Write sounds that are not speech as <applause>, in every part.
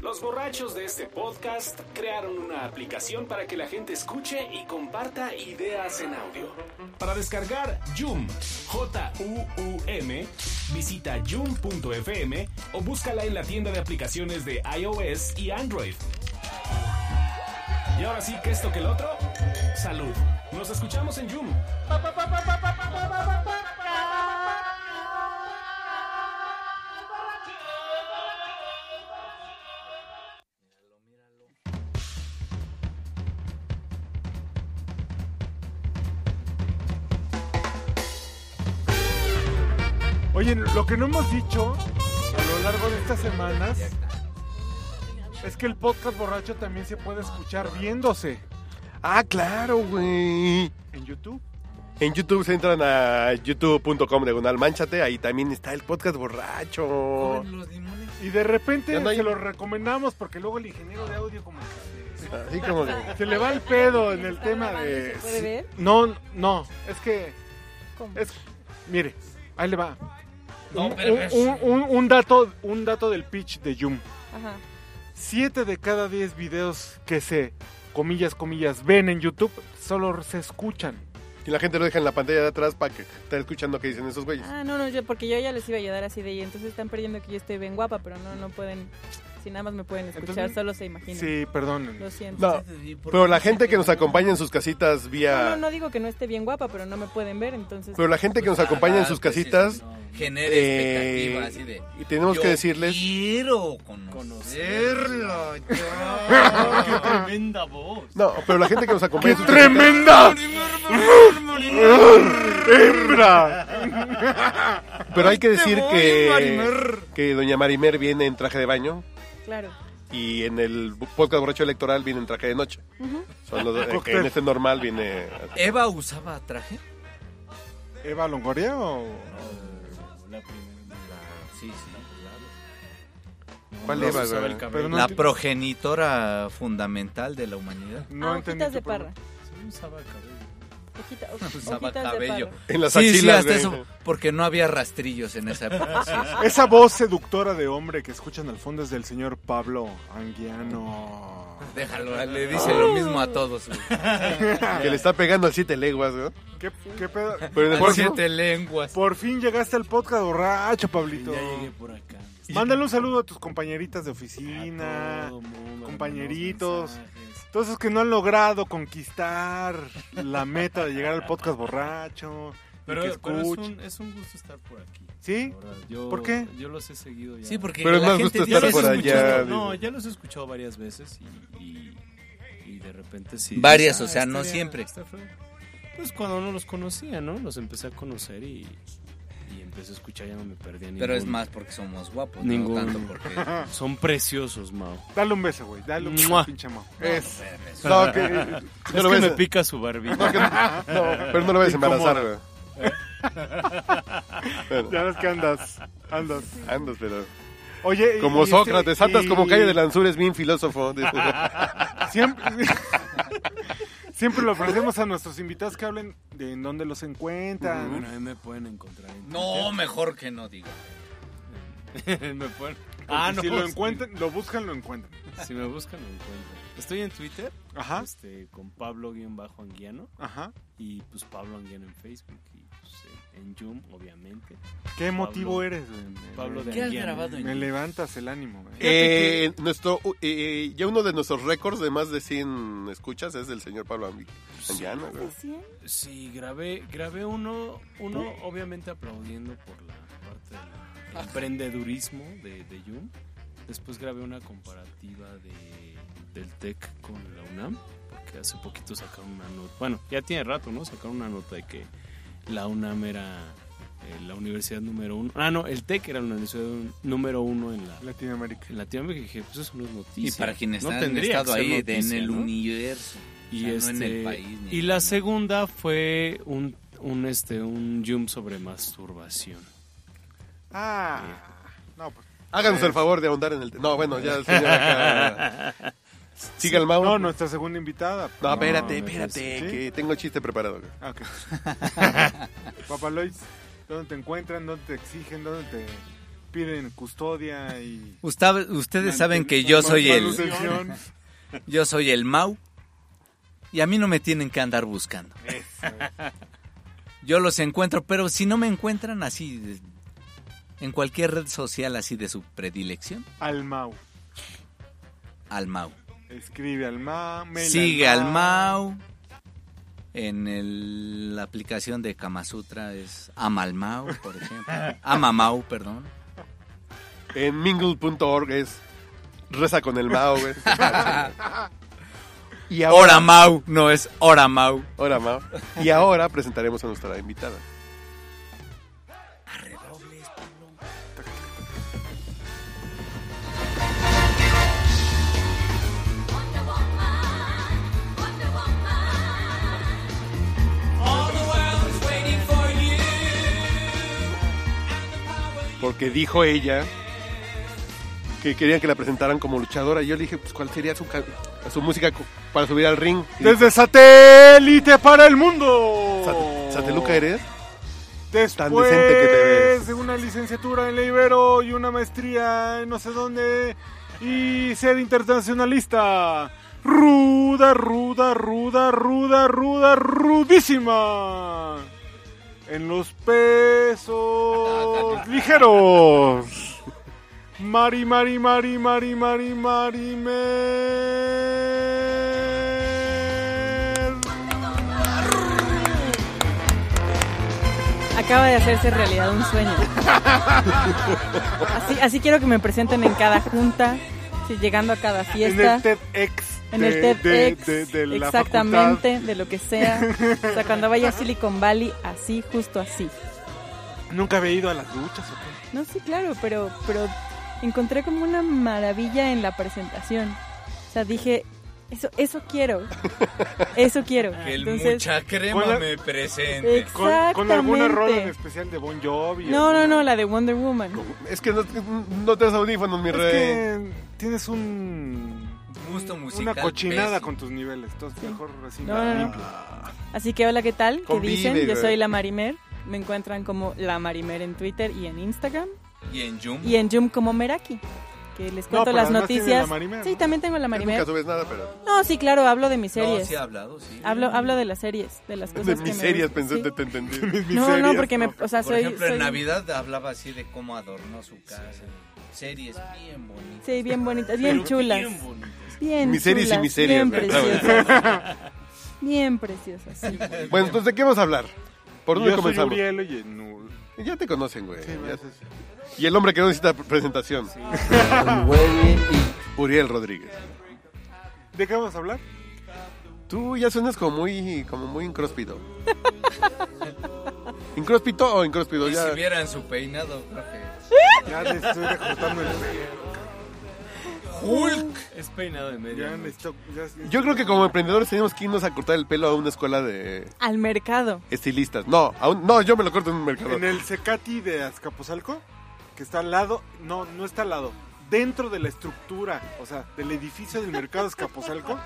Los borrachos de este podcast crearon una aplicación para que la gente escuche y comparta ideas en audio. Para descargar Joom, J-U-U-M, visita joom.fm o búscala en la tienda de aplicaciones de iOS y Android. Y ahora sí que esto que el otro, salud. Nos escuchamos en Joom. Oye, lo que no hemos dicho a lo largo de estas semanas es que el podcast borracho también se puede escuchar viéndose Ah, claro, güey. en YouTube. En YouTube se entran a youtube.com diagonal manchate, ahí también está el podcast borracho. Y de repente Ya no hay- se los recomendamos porque luego el ingeniero de audio como que se- Así como de... se le va el pedo en el tema de... ¿Se puede ver? No, no, es que... ¿Cómo? Es, mire, ahí le va. No, Un, pero- un- un- un dato, un dato del pitch de Zoom. Ajá. Siete de cada 10 videos que se, comillas, comillas, ven en YouTube, solo se escuchan. Y la gente lo deja en la pantalla de atrás para que esté escuchando qué dicen esos güeyes. Ah, no, no, yo, porque yo ya les iba a ayudar así de y entonces están perdiendo que yo estoy bien guapa, pero no, no pueden, si nada más me pueden escuchar, Entonces- solo se imaginan. Sí, perdonen. Lo siento. No, pero la gente que nos acompaña en sus casitas No, no, vía... no digo que no esté bien guapa, pero no me pueden ver, entonces... Pero la gente que Ah, nos acompaña en sus casitas... Genera eh, expectativa así de. y tenemos que yo decirles... Quiero conocerlo. ¡Qué tremenda voz! No, pero la gente que nos acompaña... ¡Qué en sus tremenda casitas- hembra! Pero hay que decir voy, que... Marimer. Que doña Marimer viene en traje de baño Claro. y en el podcast borracho electoral viene en traje de noche. Son los- eh, que en este normal viene... <laughs> ¿Eva usaba traje? ¿Eva Longoria o...? La primera. Sí, sí. ¿Cuál No, Eva, no güey? Pero no La enti- progenitora fundamental de la humanidad. no ah, entendí hojitas de tu parra. usaba cabello. Hojita- ho- Usaba hojitas de cabello. parra. En las sí, sí, axilas, hasta güey. eso. Porque no había rastrillos en esa <laughs> época. sí, sí. pregunta. Ah, Ah. Esa voz seductora de hombre que escuchan al fondo es del señor Pablo Anguiano. Déjalo, le dice Ah. lo mismo a todos. güey. Que le está pegando al siete leguas, güey. ¿Qué, qué pedo? Pero en el Por cuerpo- siete lenguas. Por fin llegaste al podcast borracho, Pablito. Ya llegué por acá. Mándale un saludo a tus compañeritas de A oficina, todo mundo, compañeritos. mandamos mensajes. todos esos que no han logrado conquistar la meta de llegar al podcast borracho. y Pero, que pero es, escuchen. un, es un gusto estar por aquí. ¿Sí, la verdad. Yo- ¿Por qué? Yo los he seguido ya. Sí, porque Pero es la más gente gusto Ya estar dice- los he por allá. escuchado- No, dice. ya los he escuchado varias veces y, y, y de repente sí. Varias, dices, o sea, no estaría- siempre. está fregón. Pues cuando no los conocía, ¿no? Los empecé a conocer y, y empecé a escuchar, ya no me perdía Pero es ninguno. más porque somos guapos, Ningún- no tanto <laughs> porque... Son preciosos, Mao. dale un beso, güey. Dale un beso, Mua. pinche mo. Es. No, que- no es lo que ves- me pica su barbilla. no, que- no, pero no lo vayas a embarazar, güey. Bueno, Ya ves que andas. Andas. andas, pero... Oye. y- y Como este- Sócrates, andas y- como calle de Lanzures, bien filósofo. dice. <laughs> Siempre. <laughs> Siempre le ofrecemos a nuestros invitados que hablen de en dónde los encuentran. Bueno, ahí me pueden encontrar. en No, mejor que no digo. Twitter. <laughs> me pueden... Ah, Y Si lo Ah, pues, sí. encuentran, lo buscan, lo encuentran. Si me buscan, lo encuentran. Estoy en Twitter Ajá. este, con Pablo-Anguiano Ajá. y pues Pablo Anguiano en Facebook y pues, eh, en Zoom, obviamente. Qué emotivo Pablo- eres, güey. Me- Pablo de ¿Qué has Anguiano. grabado Me en levantas el ánimo, güey. Eh, nuestro, eh, eh, ya uno de nuestros récords de más de 100 escuchas es del señor Pablo Ambi. Anguiano, güey. ¿Sí? Sí, grabé, grabé uno, uno obviamente aplaudiendo por la parte del emprendedurismo de, de Yum. Después grabé una comparativa de, del TEC con la UNAM, porque hace poquito sacaron una nota, bueno, ya tiene rato, ¿no? Sacaron una nota de que la UNAM era eh, la universidad número uno. Ah, no, el TEC era la universidad número uno en la... Latinoamérica. En Latinoamérica dije, pues eso no es noticia. Y para quienes no han tendría que estado ser ahí de- en noticia, el ¿no? universo, y o sea, no en este, el país. ni y en la el- segunda fue un, un este un yum sobre masturbación Ah. No, pues. Háganos el favor de ahondar en el... te- No, bueno, ya el señor acá... <laughs> Siga el Mau. No, nuestra segunda invitada. pues, No, espérate, no, pues, espérate, sí. que tengo chiste preparado. güey. <laughs> Ah, ok. Papá Lois, ¿dónde te encuentran? ¿Dónde te exigen? ¿Dónde te piden custodia y... Ustab- ustedes saben que manten- yo soy el manutención. yo soy el Mau y a mí no me tienen que andar buscando. Yo los encuentro, pero si no me encuentran así de- en cualquier red social así de su predilección, Al Mau. al Mau. Escribe al Mau. mail Sigue al Mau. En el- la aplicación de Kama Sutra es Amalmau, <laughs> por ejemplo. Amamau, perdón. En mingle.org es reza con el Mao, <laughs> güey. y Hora Mau, no es Hora Mau. Ahora, Mao. Y ahora presentaremos a nuestra invitada. Porque dijo ella que querían que la presentaran como luchadora. Y yo le dije, pues, ¿cuál sería su, ca- su música co- para subir al ring? Y Desde satélite para el mundo. Sat- ¿Sateluca eres? Después Tan decente que te ves. de una licenciatura en la Ibero y una maestría en no sé dónde y ser internacionalista. Ruda, ruda, ruda, ruda, ruda, rudísima. En los pesos ligeros. Mari, Mari, Mari, Mari, Mari, Mari, Mer. Acaba de hacerse realidad <laughs> un sueño. Así, así quiero que me presenten en cada junta, sí, llegando a cada En el fiesta, TEDx. en el de- de- TEDx, de- de la facultad. exactamente, de lo que sea. O sea, cuando vaya a Silicon Valley, así, justo así. Nunca había ido a las duchas. ¿o No, sí, claro, pero, pero encontré como una maravilla en la presentación. O sea, dije, eso, eso quiero. Eso quiero. Que el Entonces, mucha crema con la- me presente. qué? Con, con alguna Exactamente. rola en especial de Bon Jovi. no, no, alguna- no, la de Wonder Woman. Es que no, no tienes audífonos, mi Es rey. que tienes un. Gusto un- Una musical cochinada pésimo. con tus niveles. Entonces, Sí. mejor así. No, no, no. limpio. Así que hola, ¿qué tal? ¿Qué Convive, dicen? Yo güey. soy la Marimer. Me encuentran como la Marimer en Twitter y en Instagram. Y en Yum. Y en Yum como Meraki. Que les No, cuento pero las además tiene noticias. la Marimer, sí, ¿no? también tengo la Nunca Marimer. subes nada, pero. No, sí, claro, hablo de mis No, series. sí ha hablado, sí. Hablo, hablo de las series, de las cosas De que mis me series, gustan, pensé, sí. te, te entendí. <laughs> No, no, Miserias, porque me, no. o sea, Por soy, ejemplo, en soy- Navidad hablaba así de cómo adornó su casa. Series bien bonitas. Sí, bien bonitas, bien chulas. Bien bonito. Bien Mis series y chulas, mis series, Bien güey. preciosas. <laughs> bien preciosas. sí. Bueno, entonces, ¿de qué vamos a hablar? ¿Por dónde Yo soy comenzamos? Uriel y Enul. Ya te conocen, güey. Sí, Ya- sí, sí. Y el hombre que no necesita presentación, Uriel Rodríguez. ¿De qué vamos a hablar? Tú ya suenas como muy, como <laughs> muy incróspido. ¿Incróspito o incróspido? Y si Ya. vieran su peinado, creo que- Ya le estoy recortando el pelo. Hulk. Es peinado de medio. Ya necesito- ya- Yo creo que como emprendedores tenemos que irnos a cortar el pelo a una escuela de Al mercado. estilistas. No, a un- no, yo me lo corto en un mercado. En el Secati de Azcapotzalco, que está al lado, no, no está al lado, dentro de la estructura, o sea, del edificio del mercado <laughs> Azcapotzalco,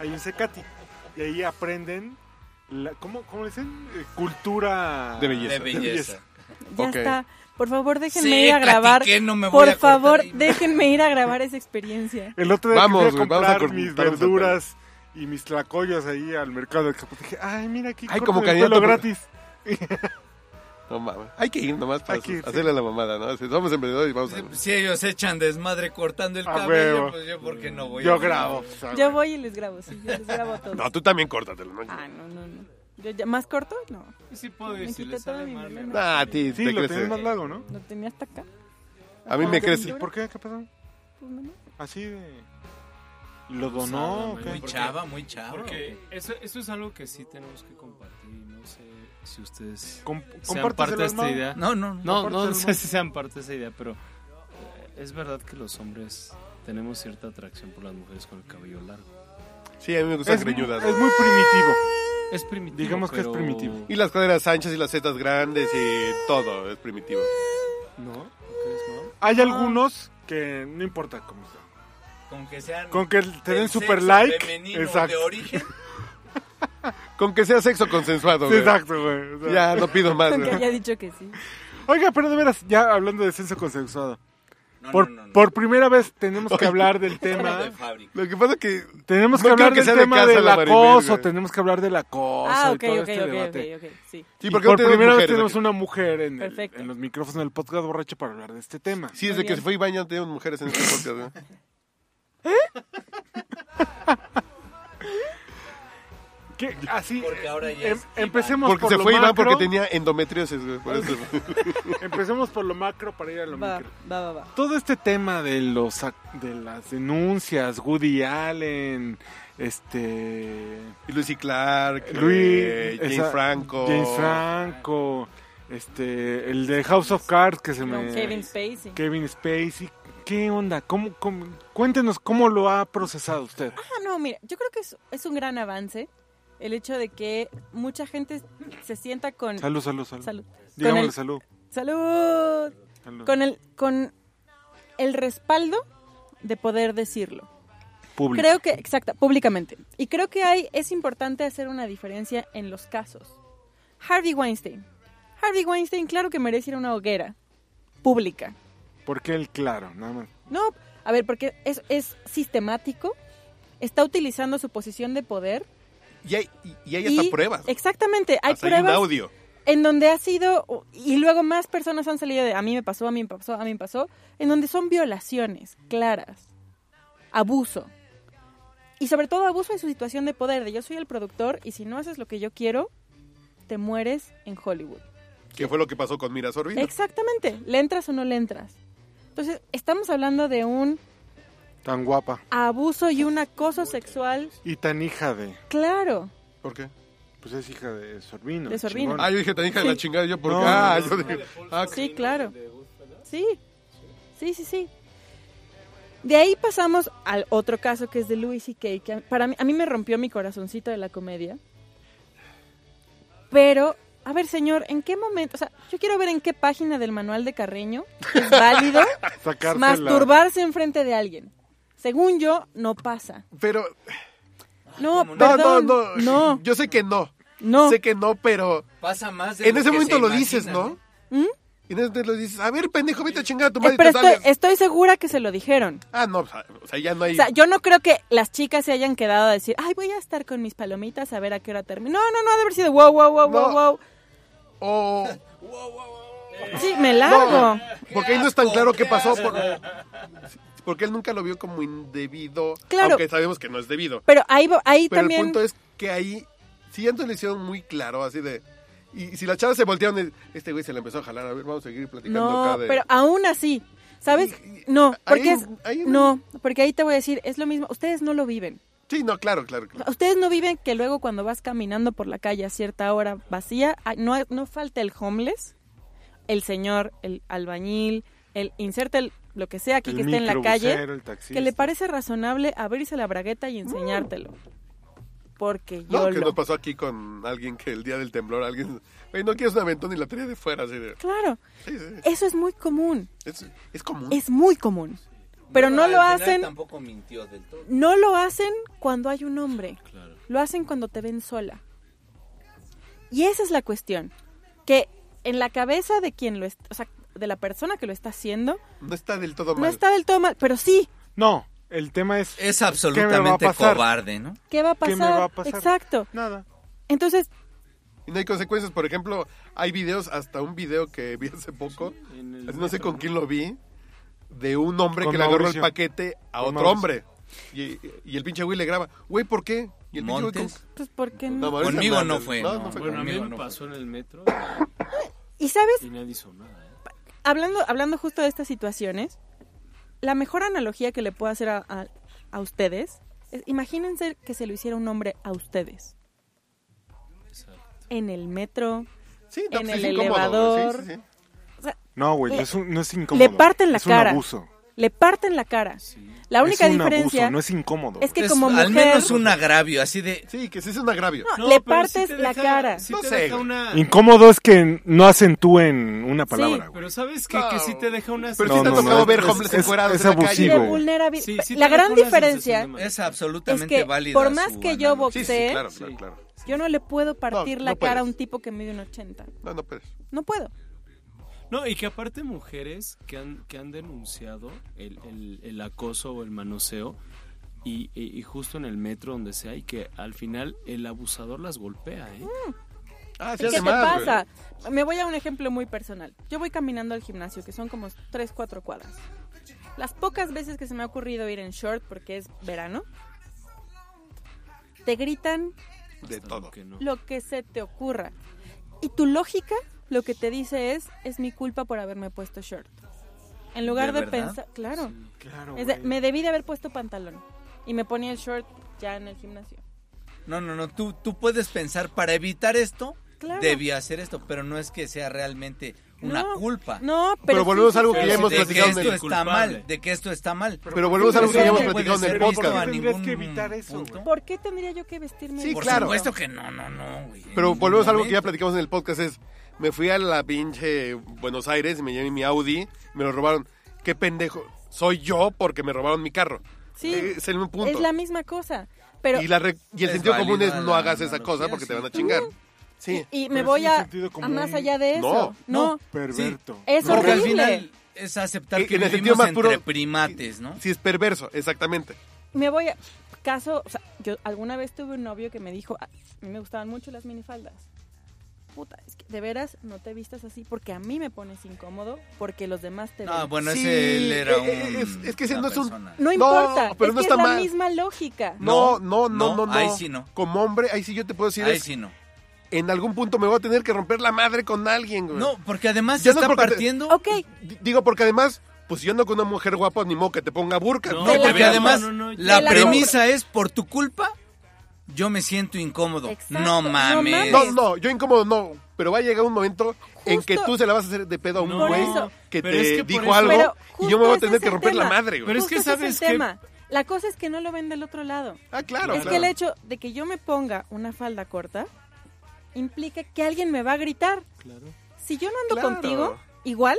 hay un Secati. Y ahí aprenden, la, ¿cómo, cómo le dicen? Eh, Cultura De belleza. De belleza. Ya Ok. está. Por favor, déjenme Sí, ir a grabar. platiqué, no me voy Por a cortar favor, ahí. déjenme ir a grabar <laughs> esa experiencia. El otro día Vamos, que fui a güey, vamos a comprar cortar mis los verduras y mis tlacoyos ahí al mercado de Azcapotzalco, dije, ay, mira aquí, Ay, cortan como el candidato pelo por- gratis. No mames. Hay que ir nomás para Hay que ir, sí. pues, hacerle la mamada, ¿no? Si somos emprendedores y vamos a... Si ellos echan desmadre cortando el A cabello, huevo. pues yo por qué no voy. a Yo grabar? grabo. o sea, Yo voy y les grabo, sí, yo les grabo a todos. No, tú también córtatelo, ¿no? Ah, no, no, no. Yo ya- ¿Más corto? No. Sí puedo Me decir, quité le sale toda mi mal. ¿eh? melena. Ah, a ti Sí, te lo crece. tenés más largo, ¿no? Lo tenía hasta acá. A mí me ¿Por qué? crece. ¿Por qué? ¿Qué pasó? Pues, <laughs> bueno. Así de... ¿Lo donó donó? o qué? Muy Porque- chava, muy chava. Porque eso, eso es algo que sí tenemos que compartir. y No sé si ustedes Com- sean parte compárteselo de al esta Mau. idea. No, no, no. No, no compártelo, sé ¿no? si sean parte de esa idea, pero eh, es verdad que los hombres tenemos cierta atracción por las mujeres con el cabello largo. Sí, a mí me gustan Es, greñudas. es muy primitivo. Es primitivo. Digamos que es pero- primitivo. Y las caderas anchas y las setas grandes y todo es primitivo. ¿No? ¿Crees, no? Hay algunos que no importa cómo sea. Con que sean. Con que te del den sexo super like. femenino De Exacto. origen. Con que sea sexo consensuado, Sí, güey. exacto, güey. o sea, Ya, no pido más, Aunque güey. haya dicho que sí. Oiga, pero de veras, ya hablando de sexo consensuado. No, Por, no, no, no. por primera vez tenemos que hablar <laughs> del Fuera de tema. fábrica. Lo que pasa es que Tenemos que No creo hablar que sea del de tema casa del la Maribel, acoso, güey. tenemos que hablar del acoso Ah, y ok, todo ok, este ok, debate. ok, ok, sí. Sí, Y porque por no tenemos primera vez mujeres tenemos aquí. una mujer en, el- Perfecto. en los micrófonos del podcast borracho para hablar de este tema. Sí, desde Muy que bien. se fue Iván ya no tenemos mujeres en este podcast. <clears throat> ¿no? ¿Qué? Así, Porque ahora ya em- es empecemos Porque por se lo fue Iván macro, porque tenía endometriosis, güey. Por eso. <laughs> Empecemos por lo macro para ir a lo Va, micro. va, va, va. Todo este tema de los ac- de las denuncias, Woody Allen, este Y Lucy Clark, Luis, eh, James esa- Franco. James Franco, este el de House of Cards que se me Kevin Spacey. Kevin Spacey. ¿Qué onda? ¿Cómo, cómo- Cuéntenos cómo lo ha procesado usted. Ah, no, mira, yo creo que es, es un gran avance el hecho de que mucha gente se sienta con... Salud, salud, salud. Salud. Digámosle Con el- salud. ¡Salud! salud. Con el, con el respaldo de poder decirlo. Público. Creo que, exacta, públicamente. Y creo que hay, es importante hacer una diferencia en los casos. Harvey Weinstein. Harvey Weinstein, claro que merece ir a una hoguera pública. Porque él, claro, nada más. No, a ver, porque es, es sistemático, está utilizando su posición de poder. Y hay, y- y hay hasta y- pruebas. Exactamente, hay Hasta hay un pruebas audio. en donde ha sido, y luego más personas han salido de a mí me pasó, a mí me pasó, a mí me pasó, en donde son violaciones claras, abuso. Y sobre todo abuso en su situación de poder, de yo soy el productor y si no haces lo que yo quiero, te mueres en Hollywood. Que fue lo que pasó con Mira Sorvino. Exactamente, le entras o no le entras. Entonces, estamos hablando de un Tan guapa. abuso y un acoso sexual, Y tan hija de. claro. ¿Por qué? Pues es hija de Sorbino. De Sorbino. chingón. Ah, yo dije, tan hija de la chingada. Yo, ¿por No, qué? Ah, no, yo dije. ah, que- Sí, claro. Sí. Sí, sí, sí. De ahí pasamos al otro caso que es de Louis y Kay, que para mí, a mí me rompió mi corazoncito de la comedia. Pero, a ver, señor, ¿en qué momento? O sea, yo quiero ver en qué página del manual de Carreño es válido Sacarse masturbarse enfrente de alguien. Según yo, no pasa. Pero. No, ¿Cómo no? No, no, perdón, no, no, Yo sé que no. no. Sé que no, pero. Pasa más de En lo ese que momento se ¿eh? lo imagina, dices, ¿no? ¿Mm? En ese momento lo dices, a ver, pendejo, vete a chingar a tu Eh, madre. y pero te estoy, sales. estoy segura que se lo dijeron. Ah, no, o sea, o sea, ya no hay. O sea, yo no creo que las chicas se hayan quedado a decir, ay, voy a estar con mis palomitas a ver a qué hora termina. No, no, no, ha de haber sido wow, wow, wow, No. wow, wow. O- Sí, me largo. Porque ahí no es tan claro qué pasó. por- porque él nunca lo vio como indebido. Claro. Aunque sabemos que no es debido. Pero ahí, vo- ahí Pero el también... punto es que ahí, si antes lo hicieron muy claro, así de. Y si las chavas se voltearon, este güey se le empezó a jalar. A ver, vamos a seguir platicando No, acá de. pero aún así, ¿sabes? Y- y- No, porque ahí- es... ahí- No, porque ahí te voy a decir, es lo mismo, ustedes no lo viven. Sí, no, claro, claro. claro. Ustedes no viven que luego cuando vas caminando por la calle a cierta hora vacía, ah, no, no falta el homeless, el señor, el albañil, el inserta el- lo que sea aquí El que esté en la calle. microbusero, el taxista. que le parece razonable abrirse la bragueta y enseñártelo. Porque yo No, que lo... nos pasó aquí con alguien que el día del temblor, alguien. Güey, no quieres un aventón y la tiré de fuera, así de. Claro, Sí, sí. eso es muy común, Es, es común. es muy común. Pero no al lo final hacen, Tampoco mintió del todo. no lo hacen cuando hay un hombre. Claro. Lo hacen cuando te ven sola. Y esa es la cuestión, que en la cabeza de quien lo, est- o sea, de la persona que lo está haciendo, No está del todo mal. no está del todo mal, pero sí, No, el tema es. Es ¿Qué me va a absolutamente pasar? cobarde, ¿no? ¿qué va a ¿Qué pasar? me va a pasar? Exacto. Nada. Entonces, Y no hay consecuencias. Por ejemplo, hay videos, hasta un video que vi hace poco, en el no sé con quién lo vi, de un hombre Con que le agarró el Mauricio. paquete a Con otro Mauricio. hombre. Y, y el pinche güey le graba, güey, ¿por qué? Y el pinche güey Montes. pues, ¿por qué como- no? Mauricio Conmigo Hernández. no fue, no. fue Bueno, a mí Conmigo me no. pasó en el metro Y sabes, y nadie hizo nada. ¿eh? hablando, hablando justo de estas situaciones, la mejor analogía que le puedo hacer a, a- a ustedes es, imagínense que se lo hiciera un hombre a ustedes. En el metro, Sí, no, En pues es el incómodo, elevador. güey, sí, sí, No, güey, Le- es un- no es incómodo. le parten la es cara. Un abuso. le parten la cara. La única es un diferencia Abuso, no es incómodo. es que Es como mujer... Al menos un agravio, así de... sí. Sí, que sí es un agravio. No, No, le pero sí partes te la deja- cara. sí No te sé, deja güey. una- Incómodo es que no acentúen una palabra, güey. Pero ¿sabes qué? que sí te deja una Pero No, sí te no, ha tocado no, ver es- hombres es- encuerados es en la y calle. abusivo. de güey. vulnerabilidad. Sí, sí te la deja gran una diferencia sensación de Es es absolutamente que válida por más su que yo analogía. Sí, boxee, sí, sí, claro, claro, claro. yo no le puedo partir No, la no cara a puedes. un tipo que mide un 80. No, no, pero... No puedo. No, y que aparte mujeres que han, que han denunciado el, el- el acoso o el manoseo y, y- y justo en el metro donde sea y que al final el abusador las golpea, ¿eh? Ah, sí, ¿Qué te además, güey. pasa? Me voy a un ejemplo muy personal. Yo voy caminando al gimnasio, que son como 3, 4 cuadras. Las pocas veces que se me ha ocurrido ir en short, porque es verano, te gritan De Hasta todo. que no. lo que se te ocurra. Y tu lógica lo que te dice es, es mi culpa por haberme puesto short. En lugar ¿De de, verdad? pensar, claro, Claro, es de, güey. me debí de haber puesto pantalón. Y me ponía el short ya en el gimnasio. No, no, no, tú, tú puedes pensar, para evitar esto, Claro. debía hacer esto, pero no es que sea realmente una No, culpa. No, pero, Pero volvemos a algo que sí, ya hemos de que platicado en esto el... está culpable. mal, de que esto está mal. Pero volvemos a algo que ya hemos No platicado en el puede ser visto podcast. a Tendrías ningún que evitar eso, punto. güey. ¿Por qué tendría yo que vestirme? Sí, Por claro. supuesto que no, no, no, güey. Pero En volvemos a algo que ningún ya platicamos en el podcast, es... Me fui a la pinche Buenos Aires, me llevé mi Audi, me lo robaron. Qué pendejo. Soy yo porque me robaron mi carro. Eh, Sí, Es el mismo punto. es la misma cosa. Pero y, la re- y el Es sentido común es válida no la hagas esa analogía, cosa porque te sí. van a chingar. Sí. y Pero me es voy un a, sentido a común. más allá de eso. No, No, Perverto. es momento. Porque al horrible. final es aceptar En- que en el sentido vivimos más entre puro- primates, ¿no? Sí, es perverso, exactamente. Me voy a caso, o sea, yo alguna vez tuve un novio que me dijo, "Ah, a mí me gustaban mucho las minifaldas. Puta, es que de veras no te vistas así porque a mí me pones incómodo porque los demás te No, ven. Ah, bueno, Sí, ese él era un... eh, es- es que ese una no es un- persona. No no, importa, pero es no que está es la mal. misma lógica. No, no, No, no, no, no, no. ahí sí no. Como hombre, ahí sí yo te puedo decir, Ahí es, sí no. en algún punto me voy a tener que romper la madre con alguien, güey. No, porque además se Ya no está es porque te- partiendo... Ok, D- digo, porque además, pues yo ando con una mujer guapa, ni modo que te ponga burka. No, No, Te la porque compro. además No, no, no, la te la premisa es por tu culpa yo me siento incómodo. Exacto, No no mames. mames. No, no, yo incómodo no, pero va a llegar un momento en Justo. que tú se la vas a hacer de pedo a un No, Por güey eso. que pero te es que por dijo eso- algo Pero y yo me voy a justo tener ese que es el romper la tema. madre, güey. Pero es justo que ese sabes el que- tema. La cosa es que no lo ven del otro lado. Ah, claro, es claro. que el hecho de que yo me ponga una falda corta implica que alguien me va a gritar. Claro. Si yo no ando Claro. contigo, igual,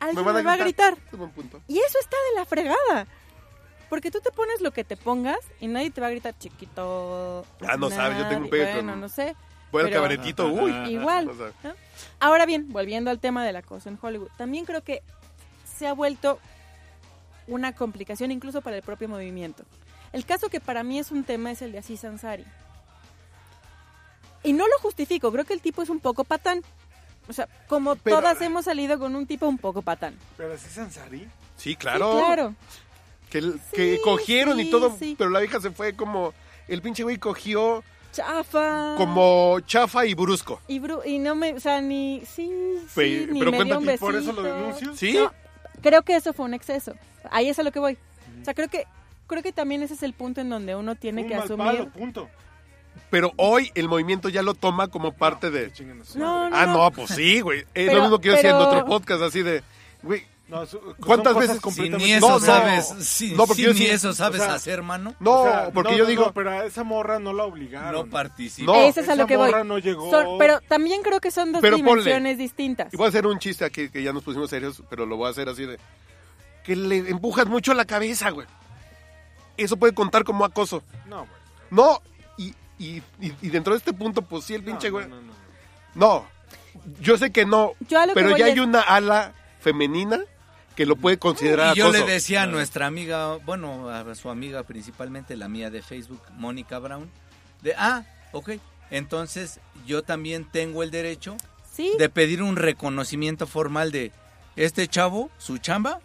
Me alguien me, van va a gritar. Es un buen punto. Y eso está de la fregada. Porque tú te pones lo que te pongas y nadie te va a gritar chiquito. Ah, no sabes, yo tengo un pegue pedo. Bueno, con- no sé. Voy al Pero- cabaretito, uy. Igual. O sea, ¿no? Ahora bien, volviendo al tema del acoso en Hollywood, también creo que se ha vuelto una complicación incluso para el propio movimiento. El caso que para mí es un tema es el de Aziz Ansari. Y no lo justifico, creo que el tipo es un poco patán. O sea, como Pero- todas hemos salido con un tipo un poco patán. Pero así Sansari. sí, Sí, claro. claro. Que, que Sí, cogieron sí, y todo, sí. pero la vieja se fue como. El pinche güey cogió Chafa. como chafa y brusco. Y, bru- y no me, o sea, ni sí, sí, Pero- ni pero me cuenta dio un ¿Y por eso lo besito. denuncio? ¿Sí? No. creo que eso fue un exceso. Ahí es a lo que voy. O Mm. sea, creo que creo que también ese es el punto en donde uno tiene Un que mal asumir. pues. palo, punto. Pero hoy el movimiento ya lo toma como parte Que de. chinguen a su No, madre. no, Ah, no. no, pues sí, güey. Es Pero- lo mismo que yo decía en pero- otro podcast, así de. Güey, No, su- son ¿Cuántas cosas veces- Si completamente ni eso No, no. sabes, si, No, porque si yo ni sí- eso sabes o sea, hacer, mano, no, O sea, porque no, yo no, digo. no, pero a esa morra no la no obligaron. participa. No, Ese es esa a lo que voy. morra no llegó. Son- pero también creo que son dos Pero ponle. dimensiones distintas. Y voy a hacer un chiste aquí que ya nos pusimos serios, pero lo voy a hacer así de. Que le empujas mucho la cabeza, güey. Eso puede contar como acoso. No, güey. No, y, y, y- y dentro de este punto, pues sí, el No, pinche güey. no, no, no. No, yo sé que no, Yo a lo que pero voy ya es- hay una ala femenina que lo puede considerar Y yo acoso. le decía a nuestra amiga, bueno, a su amiga principalmente, la mía de Facebook, Mónica Brown, de, ah, ok, entonces yo también tengo el derecho Sí, de pedir un reconocimiento formal de este chavo, su chamba,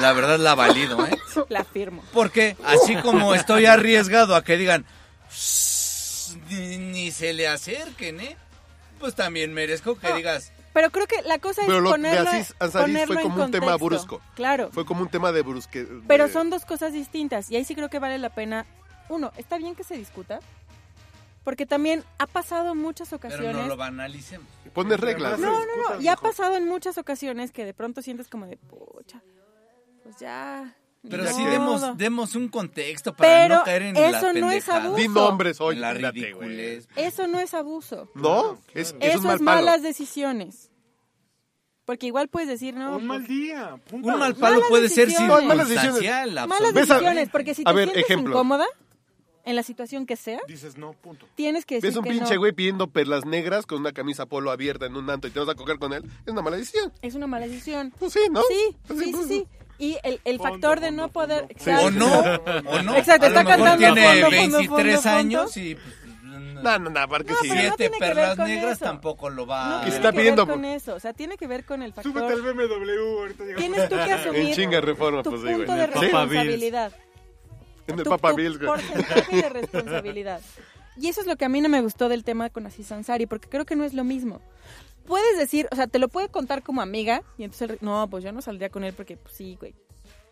la verdad la valido, ¿eh? la firmo. Porque así como estoy arriesgado a que digan, "Shh, ni, ni se le acerquen, ¿eh? Pues también merezco que No. digas, Pero creo que la cosa es Pero lo de ponerlo, Aziz Ansari ponerlo fue en como un tema contexto. brusco. Claro. Fue como un tema de brusque. Pero de- son dos cosas distintas y ahí sí creo que vale la pena. Uno, está bien que se discuta, porque también ha pasado muchas pero ocasiones. no lo banalicemos. Pones reglas. No, ¿eh? No, no, no. discutas, Y ha mejor. pasado en muchas ocasiones que de pronto sientes como de, pucha, pues ya. ni Pero Ya sí que- demos, demos un contexto para Pero no caer en la eso no es pendejada, abuso. Di nombres hoy. en la espérate, güey. ridiculez. Eso no es abuso. No, es, es Eso un mal es palo. malas decisiones. Porque igual puedes decir, no. pues. Un mal día. punto. Un mal palo Malas puede ser decisiones. circunstancial, No, malas decisiones. malas ¿Ves absolutamente. a- decisiones, porque si te a ver, sientes ejemplo. incómoda, en la situación que sea, Dices no, punto. tienes que decir Ves un que pinche no. güey pidiendo perlas negras con una camisa polo abierta en un manto y te vas a coger con él. Es una mala decisión. Es una mala decisión. Pues sí, ¿no? Sí, Pues sí, sí, pues, sí. Y el, el Fondo, factor de fondo, no fondo, poder... fondo. Exacto. <laughs> O no, <laughs> o no. Exacto, A está lo mejor cantando Tiene fondo, fondo, 23 fondo, años y. pues, No, no, no, porque No, sí. ¿eh? pero no Siete tiene que ver perlas con negras eso. tampoco lo va No a- tiene Ah. está que pidiendo, ver con por- eso. O sea, tiene que ver con el factor... Súbete al BMW, ahorita llegamos. Tienes tú que <laughs> asumir En chinga reforma, tu pues sí, güey. punto de el Papa responsabilidad. En el Tu- Papa tu Bills, güey. porcentaje <laughs> de responsabilidad. Y eso es lo que a mí no me gustó del tema con Aziz Ansari, porque creo que no es lo mismo. Puedes decir, o sea, te lo puede contar como amiga, y entonces, el- no, pues yo no saldría con él porque, pues sí, güey.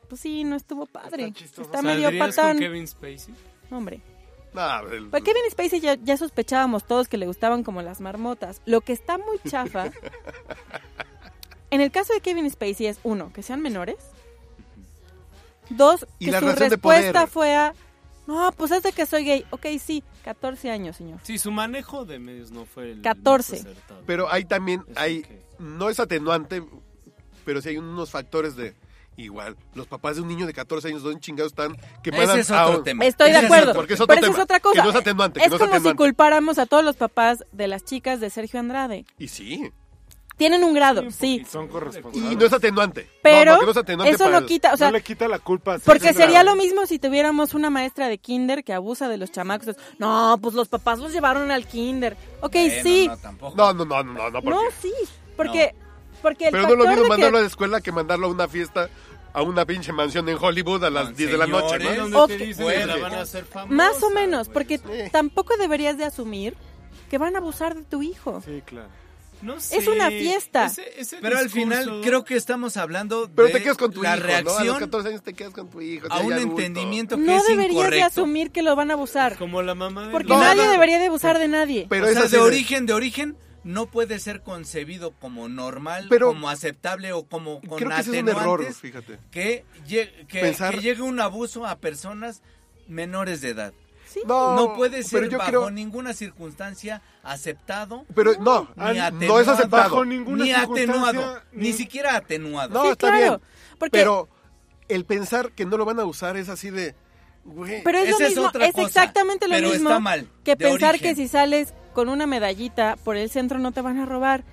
Pues sí, no estuvo padre. Está Está, chistoso. medio ¿Saldrías con patán. Kevin Spacey? No, Hombre. No, el- Para Kevin Spacey ya, ya sospechábamos todos que le gustaban como las marmotas. Lo que está muy <laughs> chafa. en el caso de Kevin Spacey es uno, que sean menores. Dos, Y que la su razón de respuesta poder. fue a. No, pues es de que soy gay. Ok, sí, 14 años, señor. Sí, su manejo de medios no fue el 14. pues, más acertado. Pero hay también, Es hay, ok. no es atenuante, pero sí hay unos factores de, igual, los papás de un niño de 14 años, ¿dónde chingados están? Que mandan Ese es a otro un- tema. Estoy de Ese es acuerdo. otro porque es tema. otro Pero eso tema, es otra cosa. que no es atenuante, que Es no es como si atenuante. culpáramos a todos los papás de las chicas de Sergio Andrade. Y sí, Tienen un grado, un sí. poquito. Son y corresponsables. no es atenuante. Pero No, no, que no es atenuante eso para- no quita, o sea, no le quita la culpa. a César Porque sería Andrade. lo mismo si tuviéramos una maestra de kinder que abusa de los chamacos. No, pues los papás los llevaron al kinder. Ok, Bueno, sí. No, tampoco. No, no, no, no, no, no, No, porque... sí. Porque, porque el Pero no es lo factor mismo de que- mandarlo a la escuela que mandarlo a una fiesta, a una pinche mansión en Hollywood a las Con 10 de la noche, ¿no? Ah, señores. ¿Dónde Ok. te dicen Puede. que la van a hacer famosa? Más o menos, güey? porque Sí. tampoco deberías de asumir que van a abusar de tu hijo. Sí, claro. No sé. Es una fiesta. Ese- ese Pero al final discurso- creo que estamos hablando Pero de te quedas con tu la hijo, ¿no? A los reacción 14 años te quedas con tu hijo. a ya un adulto. entendimiento que No es deberías de incorrecto. asumir que lo van a abusar. Como la mamá de Porque No, nadie no. debería de abusar de nadie. Pero o es sea, así de origen, de origen, no puede ser concebido como normal, Pero- como aceptable o como con Creo que ese es un error, atenuantes fíjate. que, lle- que- Pensar- que llegue un abuso a personas menores de edad. No, No puede ser pero yo bajo creo- ninguna circunstancia aceptado Pero no, ni Ah, atenuado. no es aceptado. Bajo ninguna ni circunstancia, atenuado, ni... ni- siquiera atenuado. No, sí, está claro. bien. Porque, pero, Pero el pensar que no lo van a usar es así de, güey. es lo esa es mismo, otra es cosa, exactamente lo pero mismo está mal, que de pensar origen. que si sales con una medallita por el centro no te van a robar.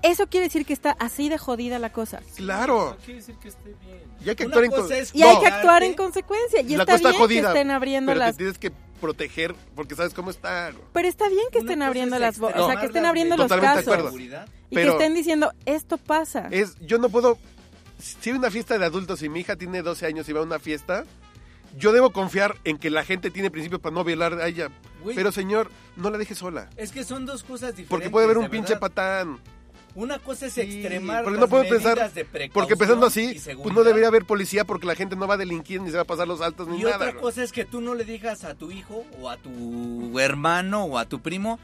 Eso quiere decir que está así de jodida la cosa. Claro. No quiere decir que esté bien. Y hay que Una actuar en cosa con- es Y hay que No. Ah, actuar en consecuencia. Y la está cosa bien está jodida. que estén abriendo pero las. te tienes que proteger porque sabes cómo está. güey. Pero está bien que Una estén cosa abriendo es las. bo- O sea, extremar que estén las abriendo los Totalmente de casos. acuerdo. seguridad. Y que Pero- Eh, estén diciendo, esto pasa. Es, yo no puedo. Si hay una fiesta de adultos y mi hija tiene 12 años y va a una fiesta, yo debo confiar en que la gente tiene principios para no violar a ella. Güey. Pero señor, no la deje sola. Es que son dos cosas diferentes. Porque puede haber un de pinche verdad. patán. Una cosa es Sí, extremar porque las no puedo medidas pensar- de precaución Porque pensando y así, pues no seguridad. debería haber policía porque la gente no va a delinquir ni se va a pasar los altos ni Y nada. otra güey. cosa es que tú no le digas a tu hijo o a tu hermano o a tu primo,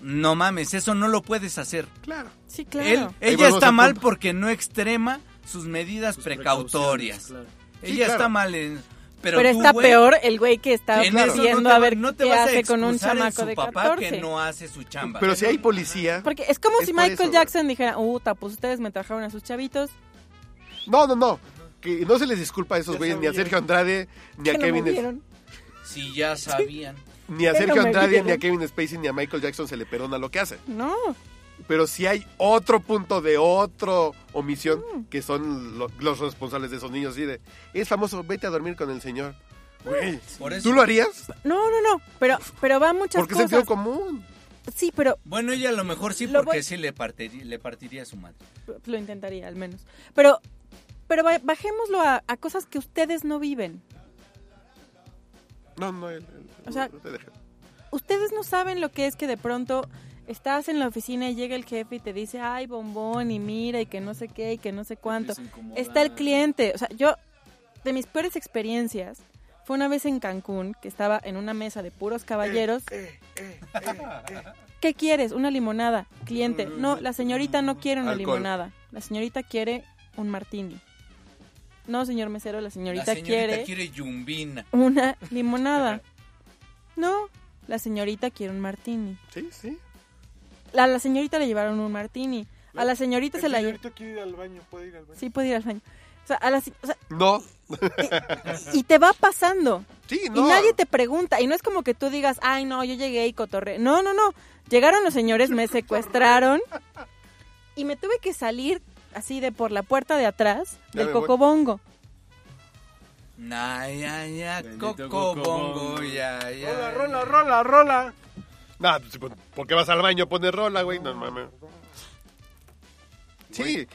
no mames, eso no lo puedes hacer. Claro. Sí, claro. Él, Ahí ella volvemos está al mal punto. porque no extrema sus medidas Sus precautorias. precauciones, claro. Ella Sí, claro. está mal en... Pero, Pero, tú, está güey, peor el güey que está en eso viendo no te a va- ver no te qué vas a hace con un excusar en chamaco su de papá 14. que no hace su chamba. Pero si hay policía. Porque es como Es si por Michael eso, güey. Jackson dijera, uta, pues ustedes me trajeron a sus chavitos. No, no, no. Que no se les disculpa a esos Ya güeyes ni a sabía. Sergio Andrade, ni a que no Kevin, me vieron". Si ya sabían. ni a Que no Sergio me Andrade, ni a vieron. Kevin Spacey, ni a Michael Jackson se le perdona lo que hace. No, Pero si hay otro punto de otro omisión Mm. que son lo- los responsables de esos niños y de es famoso, vete a dormir con el señor. Mm. Güey, Por eso. ¿tú lo harías? no, no, no. Pero, pero va muchas Porque es cosas. sentido común. Sí, pero Bueno, ella a lo mejor sí, Lo porque voy- sí le partiría, le partiría a su madre. lo intentaría al menos. Pero, pero ba- bajémoslo a, a cosas que ustedes no viven. No, no, él- él- O sea- no te deja. Ustedes no saben lo que es que de pronto estás en la oficina y llega el jefe y te dice, ay, bombón, y mira, y que no sé qué, y que no sé cuánto. Es incomodante. Está el cliente. O sea, yo, de mis peores experiencias, fue una vez en Cancún que estaba en una mesa de puros caballeros. eh, ¿Qué quieres? Una limonada. Cliente. No, la señorita no quiere una Alcohol. limonada. La señorita quiere un martini. No, señor mesero, la La señorita, señorita quiere, quiere, yumbina. una limonada. No, la señorita quiere un martini. Sí, sí. A la señorita le llevaron un martini. A la señorita se El la llevaron. señorito quiere ir al baño, puede ir al baño. Sí, puede ir al baño. O sea, a la, se- o sea, No, y te va pasando. Sí, Y no. nadie te pregunta. Y no es como que tú digas, ay, no, yo llegué y cotorré. No, no, no. Llegaron los señores, me secuestraron. Y me tuve que salir así de por la puerta de atrás Ya del me voy. cocobongo. Na, ya, ya, Bendito coco, bongo, cocobongo. ya, ya. Rola, rola, rola, rola. Nah, pues, ¿por- ¿por qué vas al baño a poner rola, güey? No mames. Sí,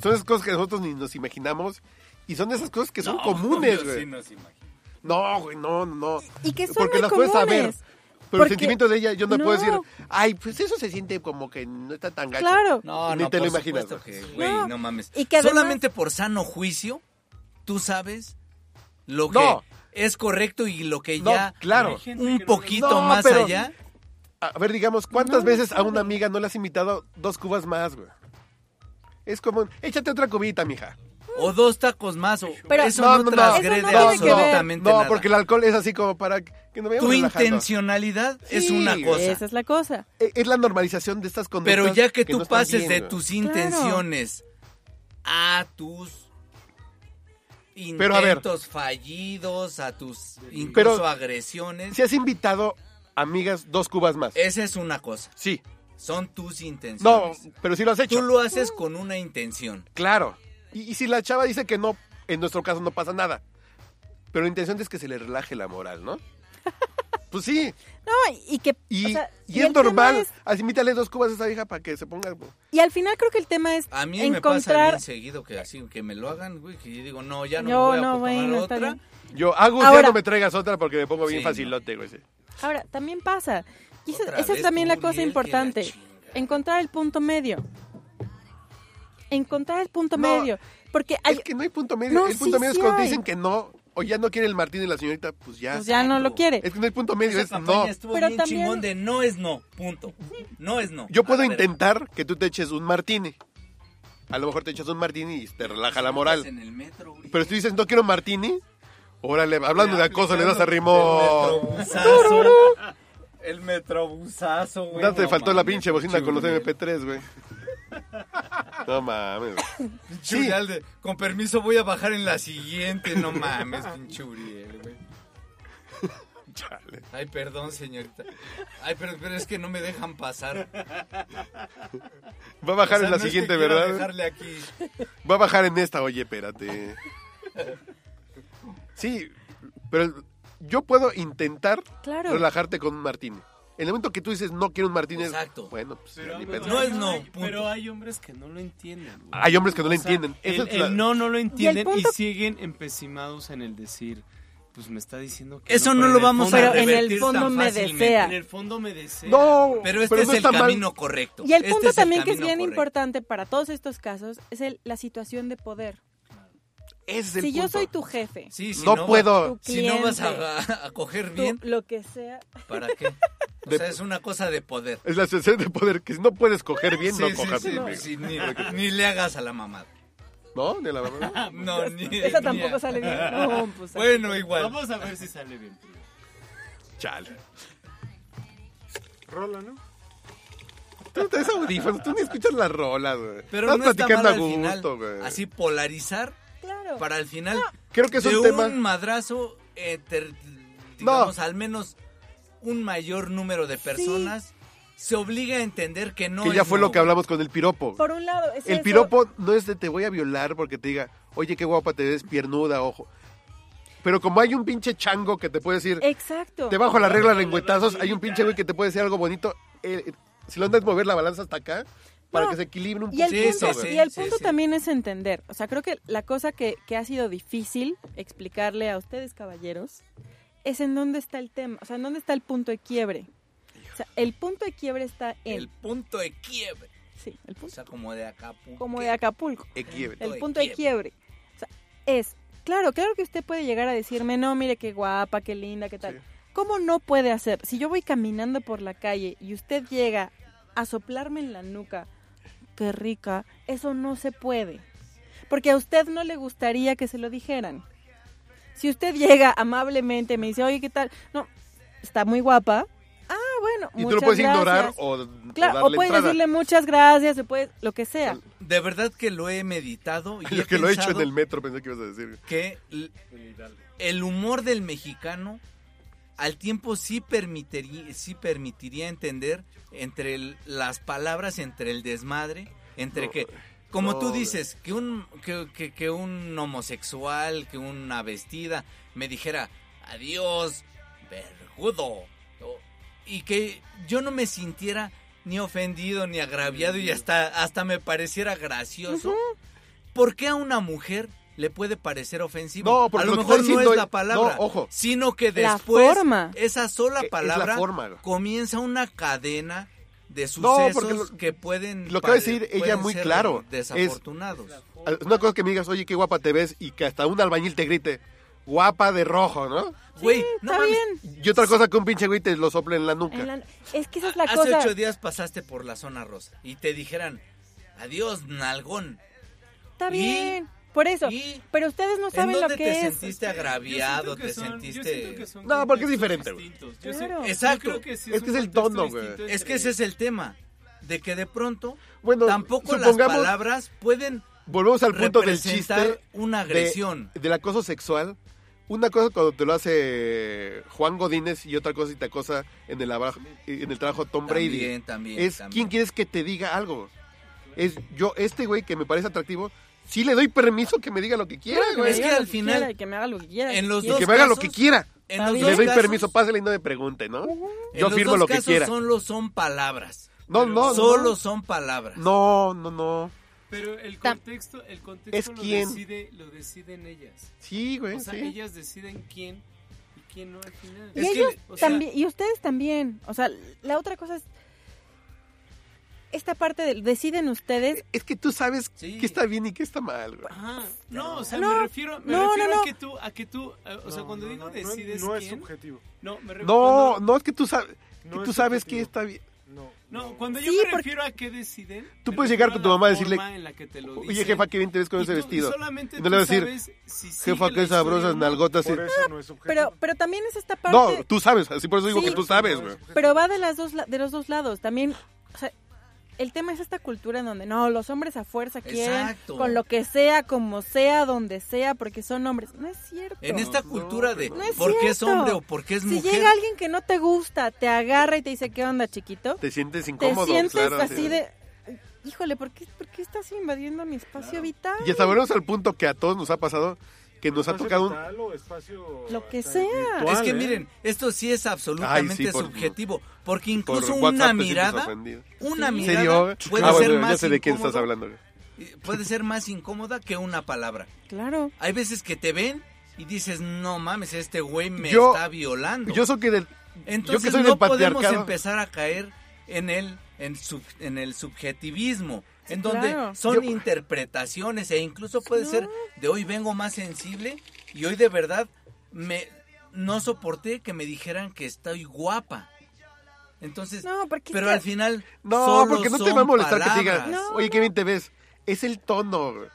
son esas cosas que nosotros ni nos imaginamos. Y son de esas cosas que son No, comunes, yo güey. sí nos imagino. No, güey, no, no, no. Y que son Porque muy las comunes. puedes saber. Pero Porque- el sentimiento de ella, yo no, puedo decir, No. ay, pues eso se siente como que no está tan gacho. Claro. No, Ni no, te lo por imaginas, supuesto güey. que, güey, No, no mames. y que además- Solamente por sano juicio, tú sabes lo que No. es correcto y lo que No, ya claro. un poquito No, más pero- allá. A ver, digamos, ¿cuántas veces a una amiga no le has invitado dos cubas más, güey? Es como, échate otra cubita, mija. O dos tacos más. O, Pero- eso No, no, no, no. transgrede Eso no tiene que ver. absolutamente No, nada. porque el alcohol es así como para que que nos vayamos tu relajando. intencionalidad es Sí, una güey. cosa. Esa es la cosa. E- Es la normalización de estas conductas. Pero ya que, tú no están pases bien, de güey. tus Claro. intenciones a tus intentos Pero a ver. fallidos, a tus incluso Pero- agresiones, Si has invitado amigas dos cubas más. esa es una cosa. Sí. Son tus No, intenciones. pero sí lo has hecho. Tú lo haces con una intención. Claro. Y, y si la chava dice que no, en nuestro caso no pasa nada. Pero la intención es que se le relaje la moral, ¿no? <laughs> Pues sí. No, y que. Y, o sea, y y es el tema normal. es- Así invítale dos cubas a esa vieja para que se ponga. pues, y al final creo que el tema es A mí me pasa encontrar. bien seguido que así que me lo hagan, güey, que yo digo, no, ya no, No, me voy a no, tomar bueno, está otra. bien. Yo, Agus, Ahora- ya no me traigas otra porque me pongo bien Sí, facilote, güey. sí. Ahora, también pasa. Y esa, Otra esa vez es también la tú, cosa Uriel, que la importante. chinga. Encontrar el punto medio. Encontrar el punto No, medio. Porque hay, Es que no hay punto medio. No, el punto sí, medio sí es cuando te hay. dicen que no. O ya no quiere el Martín y la señorita, pues ya. pues ya no lo quiere. Es que no hay punto medio, Esa es no. campaña estuvo Pero bien también- chingón de no es no, punto. No es no. Ah, Yo puedo A ver, intentar que tú te eches un martini. A lo mejor te echas un martini y te relaja la estás moral. Pues en el metro, Uriel. Pero si tú dices, no quiero martini, órale, hablando de acoso, le das a El Rimo. metrobusazo. El metrobusazo, güey. No te faltó la mames, pinche bocina con los Uriel. MP3, güey. No mames. güey. Pinche Uriel de, con permiso voy a bajar en la siguiente, no mames, pinche Uriel, güey. <laughs> Chale. Ay, perdón, señorita. Ay, pero, pero es que no me dejan pasar. Va a bajar O sea, en la no es que siguiente, quiera ¿verdad? dejarle aquí. Va a bajar en esta, oye, espérate. Sí, pero yo puedo intentar Claro. relajarte con un martini. En el momento que tú dices, no quiero un martini, es, Exacto. bueno, pues Pero, ni ambos- pedo. No es no, hay- punto. Pero hay hombres que no lo entienden. Ah, güey. Hay hombres que no lo O sea, entienden. Eso el, es la- el no, no lo entienden y, punto- siguen empecimados en el decir, pues me está diciendo que... Eso no pero lo en el vamos a fondo- Pero en el revertir tan fondo me fácilmente. desea. En el fondo me desea. No, Pero este no es el está mal. camino correcto. Y el Este punto es también que es camino bien correcto. importante para todos estos casos es el- la situación de poder. Ese es el Si yo punto. soy tu jefe, Sí, si no, va- puedo. tu Si no vas cliente, <laughs> a, a coger tú, bien, lo que <laughs> sea, ¿para qué? O sea, es una cosa de poder. Es la sensación de poder que si no puedes coger bien, Sí, no sí, cojas sí, bien. no, amigo. sí, ni, ni le hagas a la mamada. No, de la mamá. No, ni, esa ni tampoco a- sale <laughs> bien. No, pues, Bueno, igual. Vamos a ver si sale bien. primo. Chale. Rola, ¿no? Tú traes audífonos, tú ni escuchas las rolas, güey. Pero Estás no está mal platicando al a final. gusto, güey. Así polarizar claro. para al final Creo que es de un tema. un madrazo eh, ter- digamos al menos un mayor número de personas se obliga a entender que no que ya es fue no, lo que hablamos con el piropo. güey. Por un lado, es El eso. piropo no es de te voy a violar porque te diga, oye, qué guapa te ves, piernuda, ojo. Pero como hay un pinche chango que te puede decir, Exacto. te bajo la regla a lengüetazos, hay un pinche güey que te puede decir algo bonito. eh, si lo andas a mover la balanza hasta acá, para No. que se equilibre un Y el Sí, punto, sí, sí, y el sí, punto sí. también es entender. O sea, creo que la cosa que, que ha sido difícil explicarle a ustedes, caballeros, es en dónde está el tema. O sea, en dónde está el punto de quiebre. O sea, el punto de quiebre está en. el punto de quiebre Sí, el o punto. sea como de Acapulco Como de Acapulco. Equilibre. Punto El de punto de quiebre. O sea, es. Claro, claro que usted puede llegar a decirme, no, mire qué guapa, qué linda, qué tal. Sí. ¿Cómo no puede hacer? Si yo voy caminando por la calle y usted llega a soplarme en la nuca, qué rica, eso no se puede. Porque a usted no le gustaría que se lo dijeran. Si usted llega amablemente y me dice, oye, ¿qué tal? No, está muy guapa. Ah, bueno, Y tú muchas lo puedes ignorar gracias. o, o Claro, o darle puedes entrada. <laughs> decirle muchas gracias, o puedes, lo que sea. De verdad que lo he meditado <laughs> y he Lo que lo he hecho en pensado el metro, pensé que ibas a decir. que l- el humor del mexicano al tiempo sí permitiría, sí permitiría entender entre el- las palabras, entre el desmadre, entre que, como tú Pobre. dices, que un, que, que- que un homosexual, que una vestida me dijera, adiós, vergudo, o- y que yo no me sintiera ni ofendido ni agraviado Mm. y hasta, hasta me pareciera gracioso. ¿Por qué a una mujer le puede parecer ofensivo? No, porque a lo lo que mejor está no diciendo es es- la palabra, no, ojo. E, sino que La después forma. esa sola Es la palabra forma. comienza una cadena de No, sucesos porque lo- que pueden lo acaba de pare- decir ella pueden muy ser claro, es- desafortunados. Ah, Una cosa que me digas, oye, qué guapa te ves, y que hasta un albañil te grite, guapa de rojo, ¿no? Güey, no Está mames, bien. Y otra cosa que un pinche güey te lo sople en la nuca. En la- Es que esa es la Hace cosa. ocho días pasaste por la zona rosa y te dijeran adiós nalgón. Está ¿Y? bien. Por eso. ¿Y? Pero ustedes no ¿En saben lo dónde te que es. sentiste agraviado? ¿Te sentiste...? No, porque es diferente, güey. Claro. Exacto. Es que es el tono, güey. Es que ese es el tema, de que de pronto Bueno, tampoco las supongamos- palabras pueden Volvemos al punto del representar chiste una de- agresión. del acoso sexual. Una cosa cuando te lo hace Juan Godínez y otra cosa y te acosa en el, abajo- en el trabajo Tom Brady. También, también, es también. quién quieres que te diga algo. Es yo, este güey que me parece atractivo, sí le doy permiso que me diga lo que quiera, Claro, que me güey. Es diga que lo al final- quiera y que me haga lo que quiera. en los Y Y dos que me haga lo que casos- quiera. En Está los bien. Le dos doy casos- permiso, pásale y no me pregunte, ¿no? en Yo los firmo dos lo que casos quiera. Solo son palabras. No, no, no. Solo son palabras. No, no, no. Pero el Tam- contexto, el contexto Es lo, quién. Decide, lo deciden ellas. Sí, güey, O sea, sí. ellas deciden quién y quién no al final. Y Es que- ellos o sea- también, y ustedes también. O sea, la otra cosa es. Esta parte del deciden ustedes. Es que tú sabes Sí. qué está bien y qué está mal, güey. Ajá. No, o sea, No, me refiero, me no, refiero no, a no. que tú, a que tú, eh, o sea, No, cuando no, digo no, no, decides no, es quién. subjetivo. no, me refiero. No, cuando- no, es que tú sabes, No que es tú sabes qué subjetivo. está bien. No, No, cuando yo Sí, me porque- refiero a qué deciden. Tú me puedes refiero llegar con a tu la mamá y decirle, forma en la que te lo Oye, dicen. jefa, qué bien te ves con Y ese tú- vestido. Solamente No tú le vas a decir, sabes si Jefa, sigue la qué historia o sabrosas no. nalgotas. por sí. eso no es subjetivo. Pero, pero también es esta parte. No, tú sabes, así por eso digo Sí. que tú sabes, güey. Pero va de las dos la- de los dos lados. También, o sea, el tema es esta cultura en donde no, los hombres a fuerza quieren Exacto. con lo que sea, como sea, donde sea, porque son hombres. No es cierto. En esta cultura de no es por qué es cierto. hombre o por qué es si mujer. llega alguien que no te gusta, te agarra y te dice, "¿Qué onda, chiquito?" Te sientes Te incómodo, sientes claro, así sí. de Híjole, ¿por qué, por qué estás invadiendo mi espacio vital? Y hasta volvemos al punto que a todos nos ha pasado, que nos ha Espacio tocado un... vital o espacio Lo que hasta sea. virtual, Es que ¿eh? miren, esto sí es absolutamente Ay, sí, por- subjetivo, porque Por incluso WhatsApp una te sientes mirada, ofendido. una ¿En mirada serio? puede ah, ser bueno, más ya sé de quién estás incómodo- hablando. güey. eh, puede ser más incómoda que una palabra. Claro. Hay veces que te ven y dices, "No mames, este güey me Yo- está violando." Yo soy que del... Entonces yo que soy no del podemos patriarcado. empezar a caer en el, en sub- en el subjetivismo, Sí, en donde claro. son Yo- interpretaciones e incluso puede No. ser de hoy vengo más sensible y hoy de verdad me no soporté que me dijeran que estoy guapa. Entonces, No, porque es pero que- al final No, solo porque no te son va a molestar que te digan, palabras. No, oye, no. qué bien te ves. Es el tono, güey.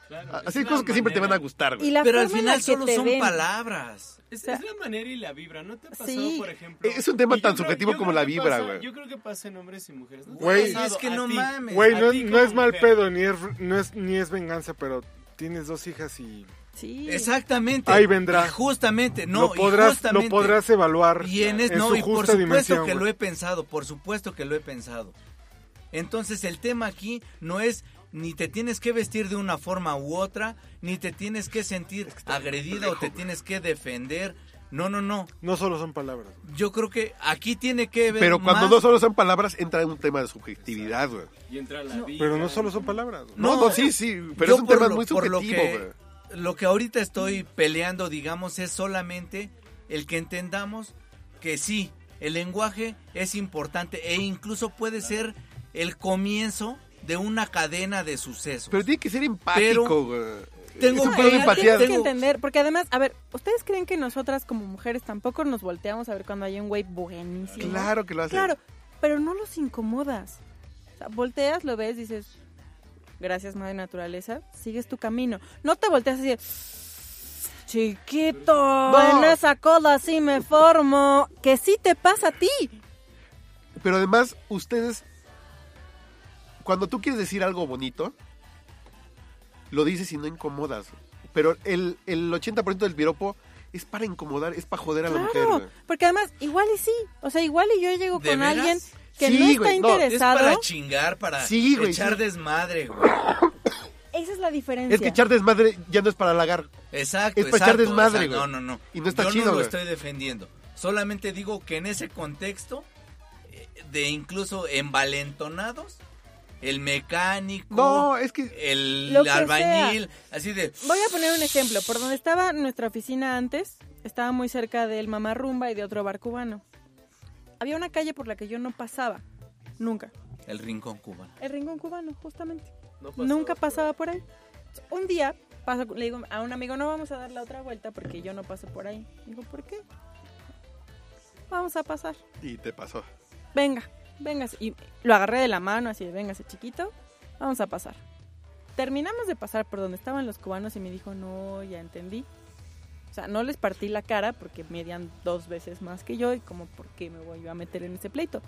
Así hay una cosas que siempre te van manera. a gustar, y güey. la Pero al forma en final la que solo te son ven. palabras. Es, O sea, es la manera y la vibra, ¿no te ha pasado, sí. por ejemplo? Es un tema Y yo tan creo- subjetivo yo como creo la que vibra, pasa- güey. Yo creo que pasa en hombres y mujeres. ¿no te ha Güey. pasado es que a no ti? mames. Güey, A no, ti es- no es como mal mujer. pedo, ni es, no es, ni es venganza, pero tienes dos hijas y Sí. Exactamente. Ahí vendrá. Y justamente, no, lo, y podrás, lo justamente- podrás evaluar Y en es- en no, su y por justa supuesto dimensión. que lo güey. he pensado, por supuesto que lo he pensado. Entonces el tema aquí no es ni te tienes que vestir de una forma u otra, ni te tienes que sentir agredida o te tienes que defender. No, no, no. No solo son palabras. güey. Yo creo que aquí tiene que ver Pero cuando más- no solo son palabras, entra un tema de subjetividad, güey. Y entra la vibra. Pero no solo son palabras. güey. No, No, no, sí, sí, pero yo es un por tema lo- muy por lo subjetivo, que- güey. Lo que ahorita estoy peleando, digamos, es solamente el que entendamos que sí, el lenguaje es importante e incluso puede ser el comienzo de una cadena de sucesos. Pero tiene que ser empático, Pero- güey. Tengo es un que- pedo de tengo empatía. Tienes que entender, porque además, a ver, ¿ustedes creen que nosotras como mujeres tampoco nos volteamos a ver cuando hay un güey buenísimo? Claro que lo hace. Claro, pero no los incomodas. O sea, volteas, lo ves, dices, gracias madre naturaleza, sigues tu camino. No te volteas así, de, chiquito, en esa cola así me formo, que sí te pasa a ti. Pero además, ustedes, cuando tú quieres decir algo bonito, lo dices y no incomodas. Pero el, el 80% del piropo es para incomodar, es para joder a la mujer. Claro, güey. porque además, igual y sí. O sea, igual y yo llego ¿De con veras? alguien que Sí, no está güey, no, es Es interesado. para chingar, para Sí, güey, echar sí. desmadre, güey. Esa es la diferencia. Es que echar desmadre ya no es para halagar. Exacto, Es para echar exacto, desmadre, exacto. güey. No, no, no. Y no está Yo chido, no lo güey. estoy defendiendo. Solamente digo que en ese contexto, eh, de incluso envalentonados, el mecánico, No, es que. el Lo que albañil, así de... Voy a poner un ejemplo. Por donde estaba nuestra oficina antes, estaba muy cerca del Mamá Rumba y de otro bar cubano. Había una calle por la que yo no pasaba. Nunca. El rincón cubano. El Rincón Cubano, justamente. Nunca pasaba por ahí. Entonces, Un día paso, le digo a un amigo, no vamos a dar la otra vuelta porque yo no paso por ahí. Digo, ¿por qué? Vamos a pasar. Y te pasó. venga, véngase. Y lo agarré de la mano, así de, véngase, chiquito, vamos a pasar. Terminamos de pasar por donde estaban los cubanos y me dijo, no, ya entendí. O sea, no les partí la cara porque medían dos veces más que yo y como, ¿por qué me voy yo a meter en ese pleito?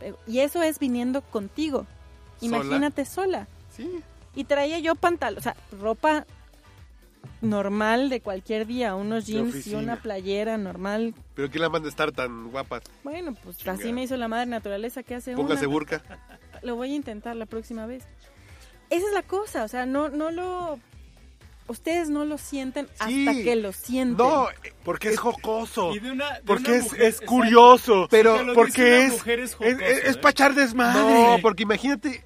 Pero- y eso es viniendo contigo. ¿Sola? Imagínate sola. Sí. Y traía yo pantalón, o sea, ropa normal de cualquier día, unos De jeans y oficina. una playera normal. Pero ¿quién la manda a estar tan guapa? Bueno, pues así Chingada. me hizo la madre naturaleza que hace Póngase una. burka. Lo voy a intentar la próxima vez. Esa es la cosa, o sea, no, no lo... Ustedes no lo sienten Sí. hasta que lo sienten. No, Porque es jocoso. Y de una- de Porque una es, mujer- es exacto. curioso. Pero- Que lo dice porque una es. mujer es es- jocoso, es- es ¿eh? pa' echar desmadre. no, porque imagínate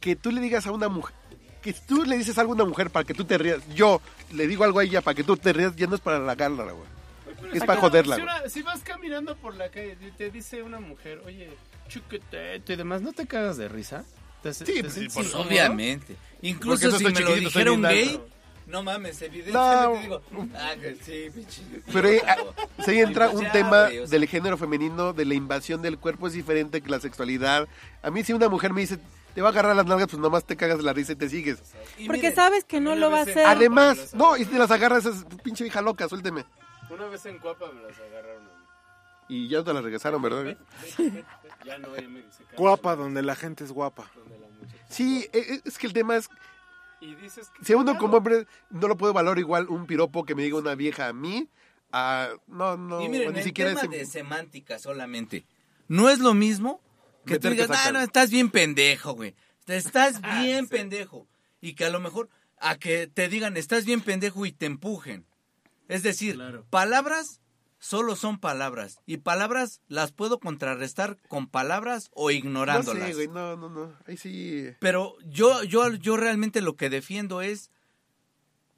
que tú le digas a una mujer. Que tú le dices algo a una mujer para que tú te rías. Yo le digo algo a ella para que tú te rías, ya no es para halagarla, güey. Pero Es si pa' una- joderla, Si, güey. una- si vas caminando por la calle y te dice una mujer, oye, chiquitete y demás, ¿no te cagas de risa? ¿Te, se- Sí, te pues, sientes por Pues, incómodo? obviamente. Incluso no estoy si me lo chiquitito, estoy dijera un bien gay, alto. no mames, No. evidentemente digo... Ah, que sí, pinche Pero eh, idiota, güey. ah, se entra pues un ya, tema güey, o sea. del género femenino, de la invasión del cuerpo, es diferente que la sexualidad. A mí si una mujer me dice, te va a agarrar las nalgas, pues nomás te cagas de la risa y te sigues. Y Porque miren, sabes que no también lo a va a veces- hacer. Adem- Además, no, y te las agarras, esas pinche hija loca, suélteme. Una vez en Cuapa me las agarraron. a ¿Eh? Y ya no te las regresaron, ¿verdad? mí. Ya no, ya me dice. Guapa, donde la gente es guapa. donde la muchacha- Sí, eh, eh, es que el tema es, Y dices que... si a uno claro, como hombre no lo puedo valorar igual un piropo que me diga una vieja a mí, a, no, no, Y miren, ni el siquiera tema ese- de semántica solamente. No es lo mismo que tú Meter que digas, ah, sacar". no, estás bien pendejo, güey. <laughs> Te estás Ah, bien pendejo. Y que a lo mejor a que te digan, estás bien pendejo y te empujen. Es decir, Claro. palabras solo son palabras. Y palabras las puedo contrarrestar con palabras o No ignorándolas. sé, güey, no, no, no, ahí sí... Pero yo, yo, yo realmente lo que defiendo es,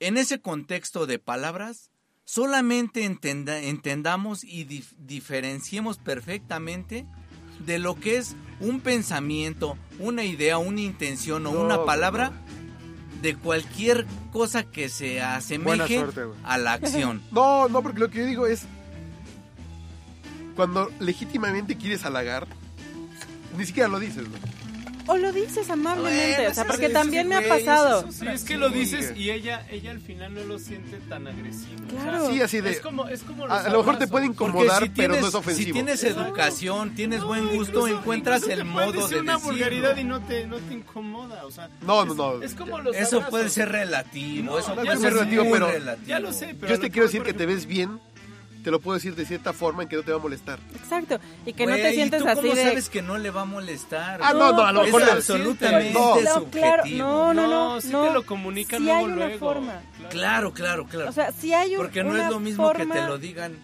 en ese contexto de palabras, solamente entenda- entendamos y dif- diferenciemos perfectamente de lo que es un pensamiento, una idea, una intención No, o pues, una güey, palabra de cualquier cosa que se Buena asemeje suerte, güey. a la acción. No, no, porque lo que yo digo es. Cuando legítimamente quieres halagar, ni siquiera lo dices, ¿no? O lo dices amablemente, Bueno, o sea, eso porque sí, también sí, me ha güey, pasado. eso Sí, es que lo Sí, dices güey. y ella, ella al final no lo siente tan agresivo. o sea, Claro. Sí, así de- Es como, es como A, los a lo mejor te abrazos. puede Porque <laughs> incomodar, si pero no tienes- es ofensivo. Si tienes Exacto. educación, tienes No, buen gusto, incluso- encuentras incluso el te modo pueden decir de una decirlo. vulgaridad y no te, no te incomoda, o sea, No, no, es- no. Es como los Eso abrazos. puede ser relativo, No, eso no puede es ser relativo, muy pero- relativo. Ya lo sé, pero yo a te quiero lo mejor, decir por que te ves bien, te lo puedo decir de cierta forma en que no te va a molestar. Exacto. Y que no Güey, te ¿y sientes tú así cómo de... sabes que no le va a molestar? Ah, no, no, a lo Es mejor le- absolutamente No. No, claro, subjetivo. no, no, no. No, sí no. te lo comunican Sí luego, hay una luego. forma. Claro, claro, claro. O sea, si hay un, Porque no es una lo mismo que te forma- lo digan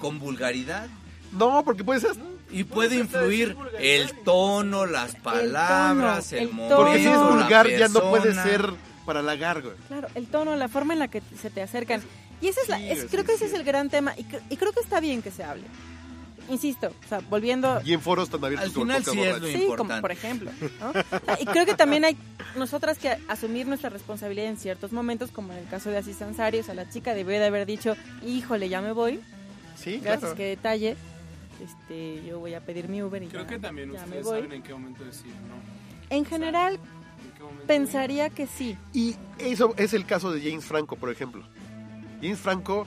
con vulgaridad No, porque puede ser. y puede hasta decir influir vulgaridad. el tono, las palabras, el, el momento, tono. Porque si eres la vulgar, ya no persona. puede ser para halagar, güey. Claro, el tono, la forma en la que se te acercan. Y ese es la, Sí, es- sí, creo que ese sí. es el gran tema. Y, cre- y creo que está bien que se hable. Insisto, o sea, volviendo. Y en foros tan abiertos Al como final el podcast sí es borracho. Sí, lo como importante. por ejemplo. ¿no? O sea, Y creo que también hay nosotras que asumir nuestra responsabilidad en ciertos momentos, como en el caso de Asís Ansari. O sea, la chica debió de haber dicho, híjole, ya me voy. Sí, Gracias, claro. qué detalle. Este, yo voy a pedir mi Uber y Creo ya, que también ya me ustedes voy. saben en qué momento decir no. En general, en qué momento pensaría que sí. Y eso es el caso de James Franco, por ejemplo. James Franco,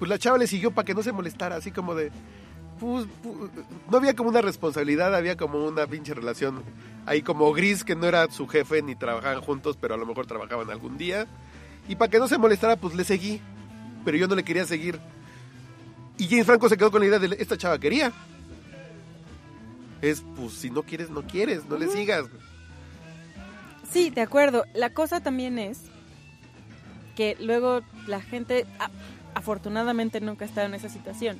pues la chava le siguió para que no se molestara, así como de, pues, pu- no había como una responsabilidad, había como una pinche relación ahí como gris que no era su jefe ni trabajaban juntos, pero a lo mejor trabajaban algún día. Y para que no se molestara, pues le seguí, pero yo no le quería seguir. Y James Franco se quedó con la idea de esta chava quería. Es, pues, si no quieres, no quieres, no le sigas. Sí, de acuerdo. La cosa también es que luego la gente, a- afortunadamente nunca está en esa situación.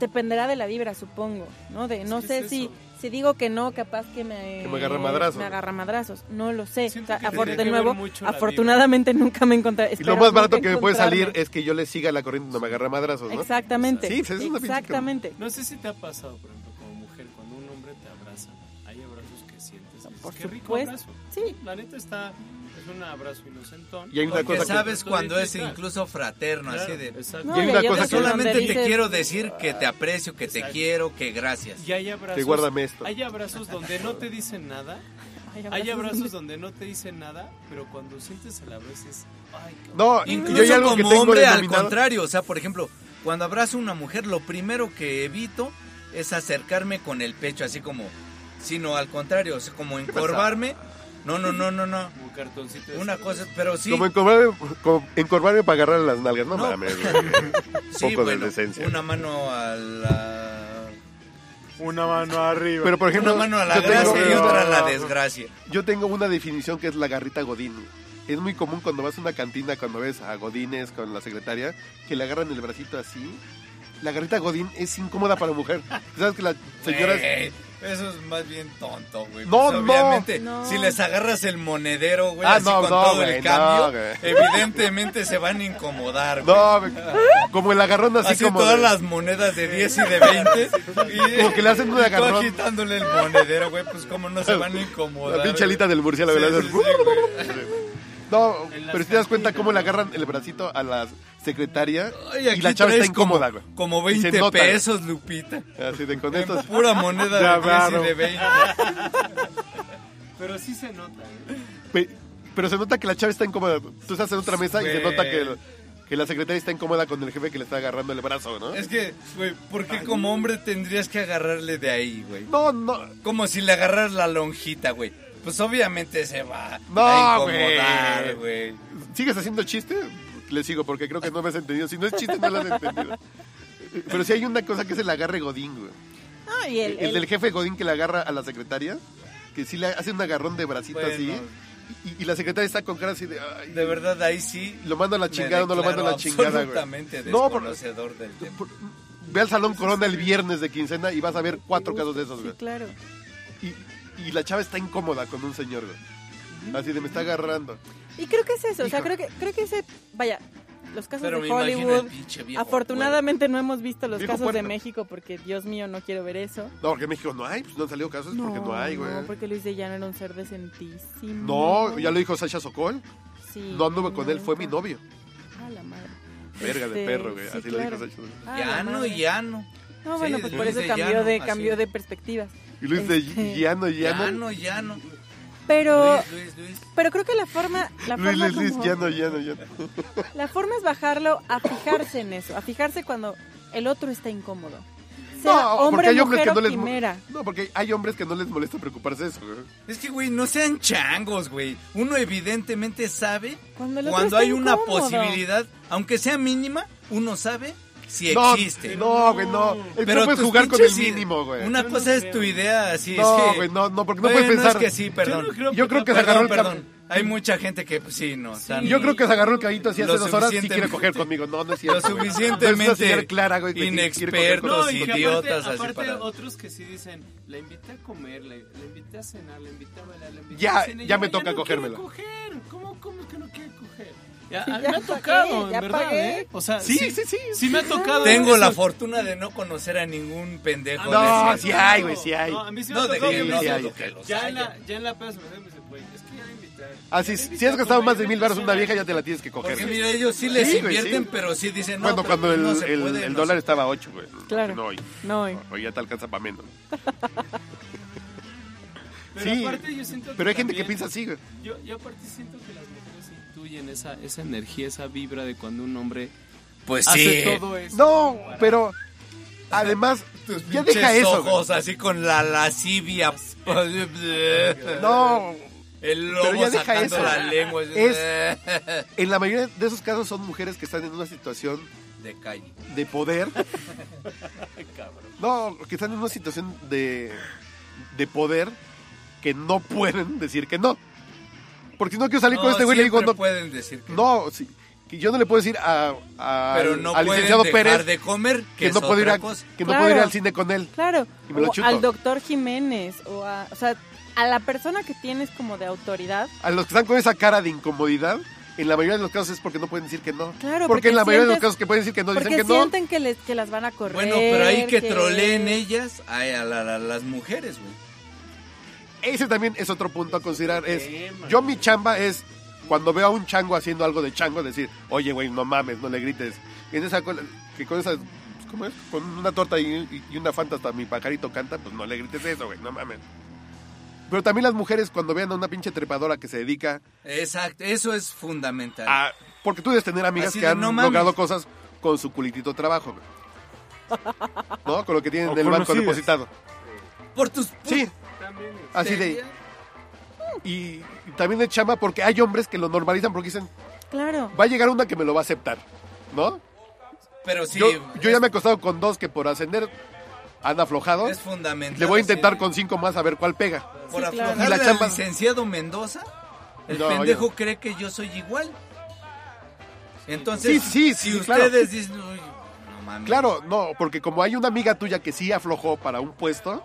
Dependerá de la vibra, supongo, ¿no? De, no que sé es si, eso. si digo que no, capaz que me, Que me agarra madrazos. me agarra madrazos. No lo sé. Siento O sea, que afor- tiene de que ver nuevo, mucho la afortunadamente nunca me encontré. Y lo más barato que me puede salir es que yo le siga la corriente y no me agarra madrazos, ¿no? Exactamente. Sí, pues es una pinche que- exactamente. No sé si te ha pasado, por ejemplo, como mujer, cuando un hombre te abraza, hay abrazos que sientes. y dices, Por qué rico supuesto, abrazo. sí. La neta está, es un abrazo inocentón. Y hay una Porque cosa que- sabes cuando es Claro, incluso fraterno, así de... exacto. No, Y hay y una hay cosa otras que- en donde Solamente te dices, quiero decir que te aprecio, que te Exacto. quiero, que gracias. Y hay abrazos. Que guárdame esto. Hay abrazos donde no te dicen nada. <laughs> Hay abrazos donde no te dicen nada, pero cuando sientes el abrazo es. Ay, cabrón. No, Incluso yo hay algo como que tengo hombre, al denominado- contrario, o sea, por ejemplo, cuando abrazo a una mujer, lo primero que evito es acercarme con el pecho, así como, sino al contrario, o sea, como encorvarme. No, no, no, no, no. Como cartoncito. de Una salud. cosa, pero sí, Como encorvarme, como encorvarme para agarrar las nalgas. No, No. mames. <laughs> güey. sí, poco de bueno, decencia. una mano a la, Una mano arriba. Pero por ejemplo, una mano a la yo, tengo, gracia y otra a la no, no. desgracia. yo tengo una definición que es la garrita Godín. Es muy común cuando vas a una cantina, cuando ves a Godines con la secretaria, que le agarran el bracito así. La garrita Godín es incómoda para mujer. Sabes que las señoras Güey, Eh, Eso es más bien tonto, güey. pues, No, no. Obviamente, No. si les agarras el monedero, güey, Ah, así no, con no, todo güey, el no, cambio, güey. evidentemente se van a incomodar, güey. No, me- como el agarrón así, Así, como. todas de- las monedas de 10 y de 20. <laughs> y, Como que le hacen un y tú agarrón. agitándole el monedero, güey, pues como no se van a incomodar. La pinche güey. alita del murciélago. Sí, le hacen- sí, sí, No, En las pero si te das cuenta cantinas. cómo le agarran el bracito a la secretaria Ay, y aquí la chava está traes incómoda, güey. Como Y se 20 nota, güey. pesos, Lupita. Así <laughs> de con En estos. pura moneda Ya de 10 hablaron. y de 20. Pero sí se nota, ¿eh? Pe- Pero se nota que la chava está incómoda. Tú estás en otra mesa y se Güey. nota que, que la secretaria está incómoda con el jefe que le está agarrando el brazo, ¿no? Es que, güey, ¿por qué como hombre tendrías que agarrarle de ahí, güey? No, no. Como si le agarras la lonjita, güey. Pues obviamente se va No, a incomodar, güey. güey. ¿Sigues haciendo chiste? Le sigo porque creo que no me has entendido. Si no es chiste, no lo has entendido. Pero sí hay una cosa que es el agarre Godín, güey. No, y el- El, el- del jefe Godín que le agarra a la secretaria, que sí le hace un agarrón de bracito Bueno. así. Y, y la secretaria está con cara así de. "Ay, De verdad, ahí sí. ¿Lo mando a la me chingada o no lo mando a la declaro chingada, güey? Absolutamente No, por- desconocedor del tema. Por- Ve al Salón Corona el viernes de quincena y vas a ver cuatro casos de esos, Sí, güey. claro. Y, y la chava está incómoda con un señor, güey. Así de me está agarrando. Y creo que es eso, o sea, Hijo. creo que, creo que ese, vaya, los casos Pero de me imagino el Hollywood, pinche viejo. afortunadamente no hemos visto los Viejo casos de puerco. México porque, Dios mío, no quiero ver eso. No, porque en México no hay, pues no han salido casos porque no hay, güey. No, porque Luis de Llano era un ser decentísimo. No, ya lo dijo Sasha Sokol. Sí, No anduve con él, fue mi nunca. novio. A la madre. Verga de Este, perro, güey. sí, Así lo dijo claro. Sasha Sokol. A la Ya no, madre. ya no. No, Sí, bueno, pues por Luis eso de cambió, Llano, de, así. cambió de perspectivas. Y Luis de Este- Llano, Ya Llano. no, ya no. Pero, Luis, Luis, Luis. pero creo que la forma, la Luis, forma Luis, Luis, como- Llano, Llano, Llano. La forma es bajarlo a fijarse en eso, a fijarse cuando el otro está incómodo. Sea No, porque hombre, hay hombres mujer que o no les mo- quimera. No, porque hay hombres que no les molesta preocuparse de eso, güey. Es que, güey, no sean changos, güey. Uno evidentemente sabe Cuando, el otro cuando está hay una incómodo. posibilidad, aunque sea mínima, uno sabe si No, existe. No, güey, no. El Pero pero puedes tus jugar con el pinches ide- mínimo, güey. Una cosa es tu idea, así es No, que... güey, no, no, porque no Bueno, puedes pensar. es que sí, perdón. Yo no Yo creo que se agarró Perdón, el perdón. Hay mucha gente que, pues, sí, no. o sea, cab- no- Yo creo que se agarró el caballito así hace Lo dos horas y suficientemente- quiere coger conmigo. No, no es Lo cierto. güey. No es una señora suficientemente clara, güey, que quiere- quiere coger inexpertos, conmigo. y que idiotas, aparte, así aparte para- otros que sí dicen, la invité a comer, la, la invité a cenar, la invité a bailar, la invité Ya, a cine", y ya yo, me toca no cogérmela". quiero coger. ¿Cómo, cómo es que no quiere coger? Ya, a mí <laughs> ya me ha pagué, tocado, ya en verdad, pagué. ¿eh? O sea, Sí, sí, sí. Sí me ha tocado. Tengo eso. la fortuna de no conocer a ningún pendejo. No, de esos. sí hay, güey, sí hay. No, a mí sí me No, ha de tocado. que que no sí me- hay. dudo que los Ya en haya. la, ya en la peda se me dice, güey, es que ya la invité. Ah, Ya sí, la si invité has a gastado comer, más de ya mil la baros en invité una a vieja, ya cenar. te la tienes que coger. Porque güey. mira, ellos sí les Sí, güey, invierten, sí. pero sí dicen, no, Bueno, pero cuando el, no se el- puede, el no dólar se- estaba a 8, güey. Claro. No, Ah. hoy. No, oye. Hoy ya te alcanza para <laughs> menos. Pero Sí, aparte yo siento Pero hay gente que también- piensa así, güey. Yo, yo aparte siento que las mujeres intuyen esa, esa energía, esa vibra de cuando un hombre Pues hace sí. todo eso. No, pero Además, ya Pinches deja eso. ojos así con la lascivia. güey. No, El lobo Pero ya deja sacando eso. la lengua. Es- en la mayoría de esos casos son mujeres que están en una situación <laughs> De calle. de <laughs> poder. No, que están en una situación de, de poder que no pueden decir que no. Porque si no quiero salir con este güey, le digo, siempre no, pueden decir que no, sí, que yo no le puedo decir a, a- Pero no al pueden licenciado dejar Pérez de comer, que, que, no es puedo ir otra a- cosa. que no puedo ir Claro. al cine con él. Claro. Y me lo o chuto. al doctor Jiménez o a, o sea, a la persona que tienes como de autoridad. A los que están con esa cara de incomodidad, en la mayoría de los casos es porque no pueden decir que no. Claro, porque, en la mayoría de los sientes- casos que pueden decir que no, dicen Porque que no. sienten que, les, que las van a correr. Bueno, pero ahí que troleen ¿eh? ellas a, a la- a las mujeres, güey. Ese también es otro punto a considerar. Es, yo mi chamba es cuando veo a un chango haciendo algo de chango, decir, oye, güey, no mames, no le grites. En esa cola- que con esa, pues, ¿cómo es? Con una torta y, y una fanta hasta mi pajarito canta, pues no le grites eso, güey, no mames. Pero también las mujeres cuando vean a una pinche trepadora que se dedica Exacto, eso es fundamental. a... Ah, Porque tú debes tener amigas Así que de, han "No mames". logrado cosas con su culitito trabajo, güey. ¿No? Con lo que tienen O en el banco conocidas. depositado. Por tus Sí. Así de... Y y también de chamba porque hay hombres que lo normalizan porque dicen, Claro. va a llegar una que me lo va a aceptar, ¿no? Pero sí, yo, yo ya me he acostado con dos que por ascender han aflojado. es fundamental. Le voy a intentar así, con cinco más a ver cuál pega. Por Sí, claro. aflojarle Y la al chamba- licenciado Mendoza, el No, pendejo cree que yo soy igual. Entonces, Sí, sí, si sí, claro. ustedes dicen, "Uy, no mames. Claro, no, porque como hay una amiga tuya que sí aflojó para un puesto,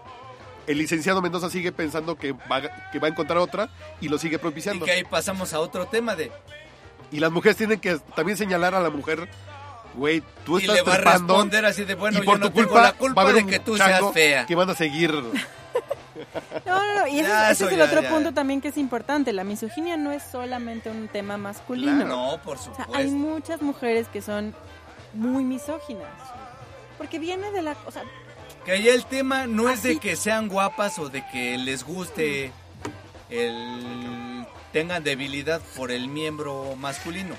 el licenciado Mendoza sigue pensando que va, que va a encontrar otra y lo sigue Y propiciando. que ahí pasamos a otro tema de, Y las mujeres tienen que también señalar a la mujer, güey, tú y estás le va a trepando responder así de, bueno, y yo por no tu tengo culpa, la va a culpa haber de un que tú chango seas fea. que van a <laughs> seguir. No, no, no, Y ese, Ya, ese es eso el ya, otro ya. punto también que es importante. La misoginia no es solamente un tema masculino. No, por O sea, Pues supuesto. hay muchas mujeres que son muy misóginas. Porque viene de la... O sea, Que ya el tema no es de Así. que sean guapas o de que les guste el tengan debilidad por el miembro masculino.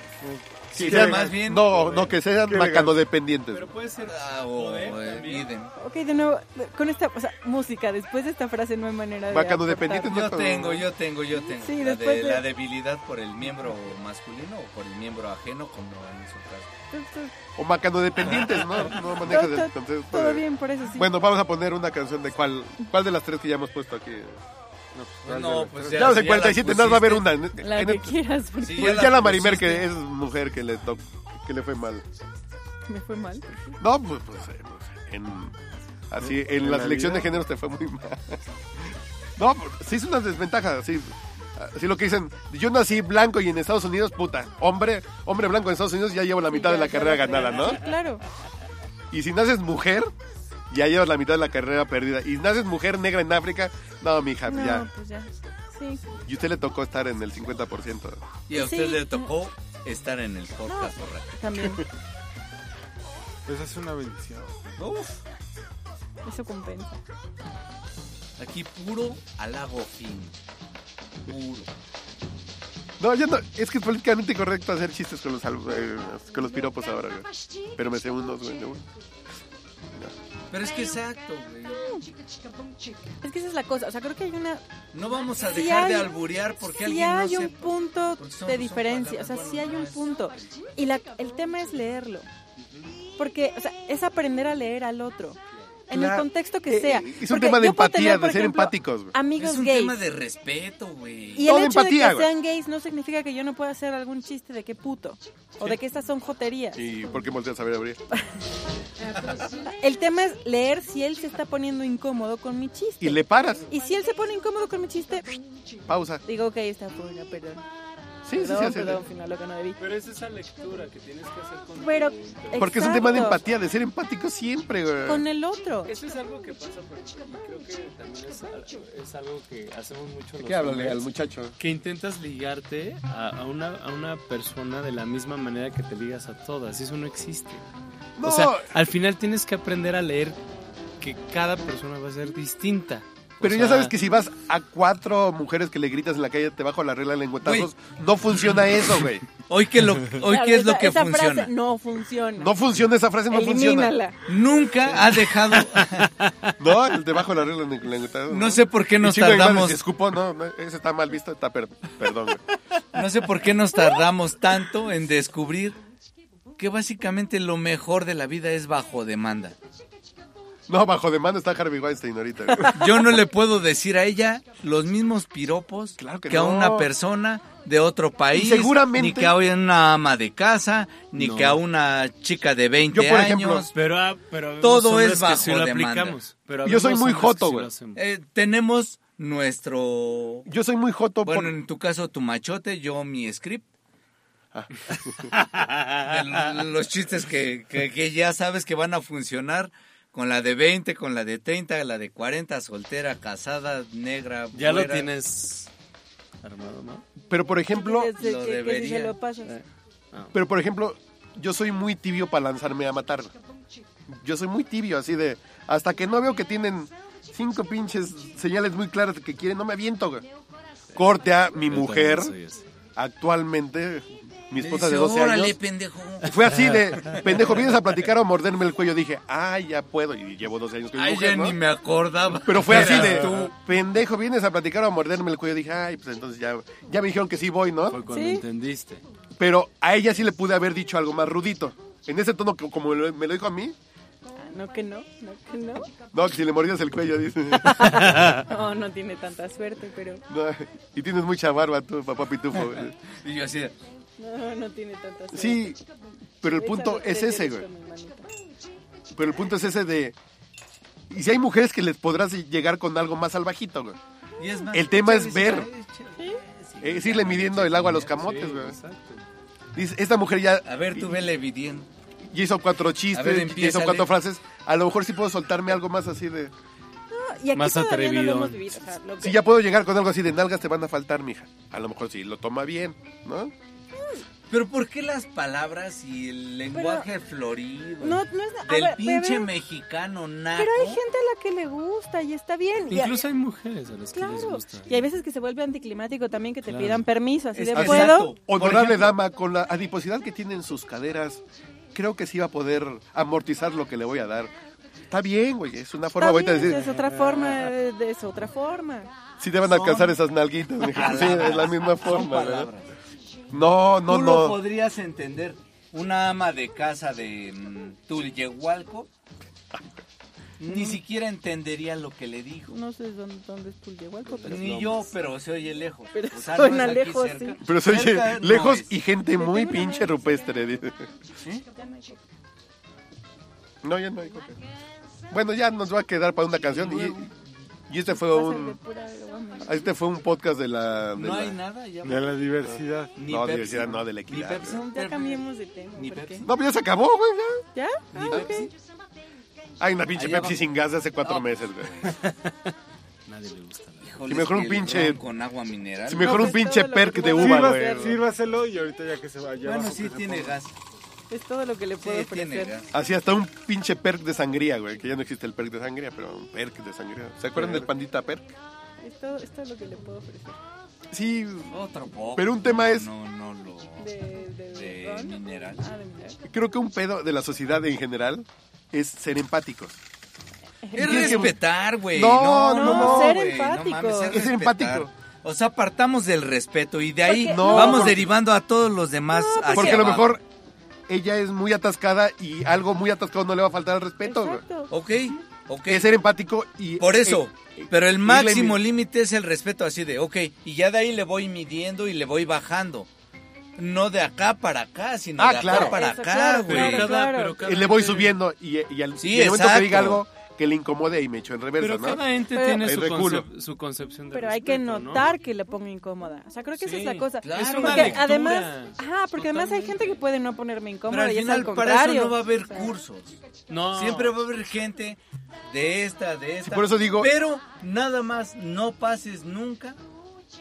Sí, Sino sean- más bien pues, no, no, que sean Qué elegante. macanodependientes. Pero puede ser ah, o poder eh, también. idem. ok, de nuevo, con esta o sea, música, después de esta frase no hay manera de... Bacano aportar. dependiente, no, Yo tengo, yo tengo, yo tengo. Sí, la, después de- de- la debilidad por el miembro masculino o por el miembro ajeno, como en su caso. O macanodependientes, ¿no? No manejas Todo- el concepto. Todo de- bien, por eso sí. pues, Bueno, vamos a poner una canción de cuál, cuál de las tres que ya hemos puesto aquí. No, pues ya. Ya, no sé, si 47, la nada más va a haber una. pusiste, En- la en- que quieras, porque Sí, pues ya ya, la la Marimer, pusiste. que es mujer que le, to- que le fue mal. me fue mal. No, pues, pues, eh, pues, en, así, en, en la la selección de vida. géneros te fue muy mal. No, pues, sí es una desventaja, sí. Así lo que dicen, yo nací blanco y en Estados Unidos, puta, hombre, hombre blanco en Estados Unidos ya llevo la mitad de la carrera ganada, ¿no? Ah, Sí, claro. Y si naces mujer, ya llevas la mitad de la carrera perdida. Y naces mujer negra en África, no, mija, No, ya. pues ya. Sí. Y usted le tocó estar en el 50%. Y a usted Sí. le tocó estar en el podcast, borracho. <laughs> También. Esa es una bendición. Uf, Eso compensa. aquí puro halago fin. Puro. No, ya no, es que es políticamente correcto hacer chistes con los, al- eh, con los piropos ahora, güey. Pero me sé unos, güey. de uno. Pero es que exacto, güey. Es que esa es la cosa. O sea, creo que hay una. No vamos a Sí dejar de hay- alburear porque sí alguien no hay un sepa. punto porque son- de son diferencia. O sea, palabras, sí hay bueno, un no es- punto. Y la, el tema es leerlo. Porque, o sea, es aprender a leer al otro. En el Claro. contexto que sea. Eh, Es un Porque tema de yo puedo empatía, tener, por de ser ejemplo, empáticos, güey. Amigos Es un gays. tema de respeto, güey. Y No, el de hecho empatía, de que güey. sean gays no significa que yo no pueda hacer algún chiste de qué puto. O de que estas son joterías. ¿Y por qué volteas a ver abrir? El tema es leer si él se está poniendo incómodo con mi chiste. Y le paras. Y si él se pone incómodo con mi chiste, Pausa. digo, ok, está fuera, perdón. Sí, sí, sí. perdón, sí, sí. perdón, final lo que no debí. Pero es esa lectura que tienes que hacer con Pero, Porque es un tema de exacto, empatía, de ser empático siempre, güey. Con el otro. Eso es algo que pasa por aquí. y Creo que también es, es algo que hacemos mucho los ¿Qué háblale hombres, al muchacho? Que intentas ligarte a, a una, a una persona de la misma manera que te ligas a todas. Eso no existe. No, O sea, al final tienes que aprender a leer que cada persona va a ser distinta. Pero O ya sea, sabes que si vas a cuatro mujeres que le gritas en la calle, te bajo la regla de lengüetazos, no funciona eso, güey. Hoy, que lo, hoy Claro, qué es lo esa- que esa funciona. frase no funciona. No funciona esa frase, no funciona. Elimínala. Nunca ha dejado. No, el te bajo la regla de lengüetazos. No sé por qué Y nos chingo de madre, tardamos. si escupo, no, no, ese está mal visto, está per- perdón, güey. No sé por qué nos tardamos tanto en descubrir que básicamente lo mejor de la vida es bajo demanda. No, bajo demanda está Harvey Weinstein ahorita. güey. Yo no le puedo decir a ella los mismos piropos Claro que que, a no. una persona de otro país, Y seguramente- ni que a una ama de casa, ni No. que a una chica de 20 Yo, por ejemplo, años. Pero, ah, pero Todo habemos es hombres que sí bajo lo demanda. aplicamos. Pero Yo soy habemos muy hombres que joto, sí lo güey. hacemos. Eh, tenemos nuestro... Yo soy muy joto Bueno, por... en tu caso tu machote, yo mi script. De <laughs> los chistes que, que- que ya sabes que van a funcionar con la de 20, con la de 30, la de 40, soltera, casada, negra. Ya lo güera. tienes armado, ¿no? Pero por ejemplo, Que- que- que si debería. se lo pasas. pero por ejemplo, yo soy muy tibio para lanzarme a matar. Yo soy muy tibio, así de hasta que no veo que tienen cinco pinches señales muy claras de que quieren, no me aviento. güey. Corte a mi Yo mujer, también soy así. actualmente mi Le esposa dice, de 12 Órale, años. <laughs> pendejo. Fue así de, pendejo, vienes a platicar o a morderme el cuello. Dije, ah, ya puedo. Y llevo 12 años con mi Ay, ya mujer, ¿no? ni me acordaba. Pero fue así Eras de, tú. pendejo, vienes a platicar o a morderme el cuello. Dije, ay, pues entonces ya, ya me dijeron que sí voy, ¿no? Fue cuando Sí. entendiste. Pero a ella sí le pude haber dicho algo más rudito. En ese tono, que- como lo- me lo dijo a mí, Ah, No que no, no que no. no, que si le mordías el cuello, <laughs> dice. No, no tiene tanta suerte, pero No, y tienes mucha barba tú, papá pitufo. Y yo así de, no, no tiene tanta suerte. Sí, pero el punto Esa es ese, no te güey. tienes con mi manita. Pero el punto es ese de... Y si hay mujeres que les podrás llegar con algo más salvajito, güey. y es más, El tema es chavis, ver. Eh, chavis, chavis. Es irle midiendo el agua a los camotes, Sí, güey. exacto. Dice, esta mujer ya... A ver, tú vele midiendo. Y hizo cuatro A chistes, ver, y hizo empiézale. cuatro frases. A lo mejor sí puedo soltarme algo más así de... Y aquí Más todavía No atrevido. lo hemos vivido, o sea, lo que- Si ya puedo llegar con algo así de nalgas te van a faltar, mija. A lo mejor sí, lo toma bien, ¿no? Pero ¿por qué las palabras y el lenguaje florido? No, no es. a del ver, pinche pero- mexicano naco. Pero hay gente a la que le gusta y está bien. Y- Incluso hay mujeres a las que les Claro. gusta. Y hay veces que se vuelve anticlimático también que te Claro. pidan permiso, así de Exacto. puedo. Por Honorable ejemplo, dama, con la adiposidad que tiene en sus caderas, creo que sí va a poder amortizar lo que le voy a dar. Está bien, güey, es una forma Está bonita de bien, decir, Es otra forma, eh, de- es otra forma. sí te van a alcanzar esas nalguitas, mija. Sí, es la misma Son forma, ¿verdad? palabras. No, no, Tú lo no. podrías entender. Una ama de casa de <laughs> mm, Tulyehualco ni siquiera entendería lo que le dijo. No sé dónde, dónde es Tulyehualco, pero Ni yo, pero se oye lejos. Pero O sea, suena no es aquí lejos, cerca. sí. Pero soy Cerca no lejos es. y gente muy tengo una pinche madre. rupestre, dice. ¿Sí? No, ya no hay copia. Bueno, ya nos va a quedar para una canción y, y este fue va a ser de un... pura broma. Este fue un podcast de la... de No hay la- nada ya. De la diversidad. Ni No, Pepsi. diversidad no, de la Ni equidad. Pepsi. Ya cambiamos de tema. Ni ¿por qué? Pepsi. No, pues ya se acabó, güey. ya. ¿Ya? Ah, Ni ok. Pepsi. Hay una pinche Allá Pepsi va. sin gas de hace cuatro No. meses, güey. Nadie le gusta. la- Híjole, Si mejor un es que el pinche- ron Con agua mineral. Si mejor No, un pues, pinche todo lo perk que de puedas uva, hacer, güey. sí. Sírvaselo y ahorita ya que se vaya. Bueno, abajo sí que se tiene ponga. gas. Es todo lo que le puedo Sí, tiene ofrecer. gas. Así hasta un pinche perk de sangría, güey. Que ya no existe el perk de sangría, pero un perk de sangría. ¿Se acuerdan del pandita perk? Es todo, es todo lo que le puedo ofrecer. Sí, Otro poco. Pero un tema no, es- No, no lo. De, de, De ron. mineral. Ah, de mineral. creo que un pedo de la sociedad en general es ser empáticos. Es Tienes que- respetar, güey. No, no, no, ser güey, empático. ser Es ser respetar. empático. O sea, partamos del respeto y de ahí Porque- No, vamos porque- derivando a todos los demás. hacia Porque a lo abajo. mejor ella es muy atascada y algo muy atascado no le va a faltar al respeto, güey. Exacto. Ok, ok. Es ser empático y... Por eso. eh, Pero el irle máximo mi- límite es el respeto, así de, ok, y ya de ahí le voy midiendo y le voy bajando. No de acá para acá, sino Ah, de acá claro. para Eso, acá, claro, güey. claro, claro. Eh, le voy subiendo y, eh, y al Sí, y al momento que exacto. diga algo que le incomode y me echo en reversa, Pero ¿no? cada ente Pero- tiene El su, reculo. concep- su concepción de Pero hay que respeto, ¿no? notar que le ponga incómoda. O sea, creo que esa es la Sí, cosa. claro. Es porque una lectura, además, ajá, porque además hay totalmente. gente que puede no ponerme Pero incómoda al y es al final para contrario. eso no va a haber O sea, cursos. No. Siempre va a haber gente de esta, de esta. Sí, por eso digo- Pero nada más no pases nunca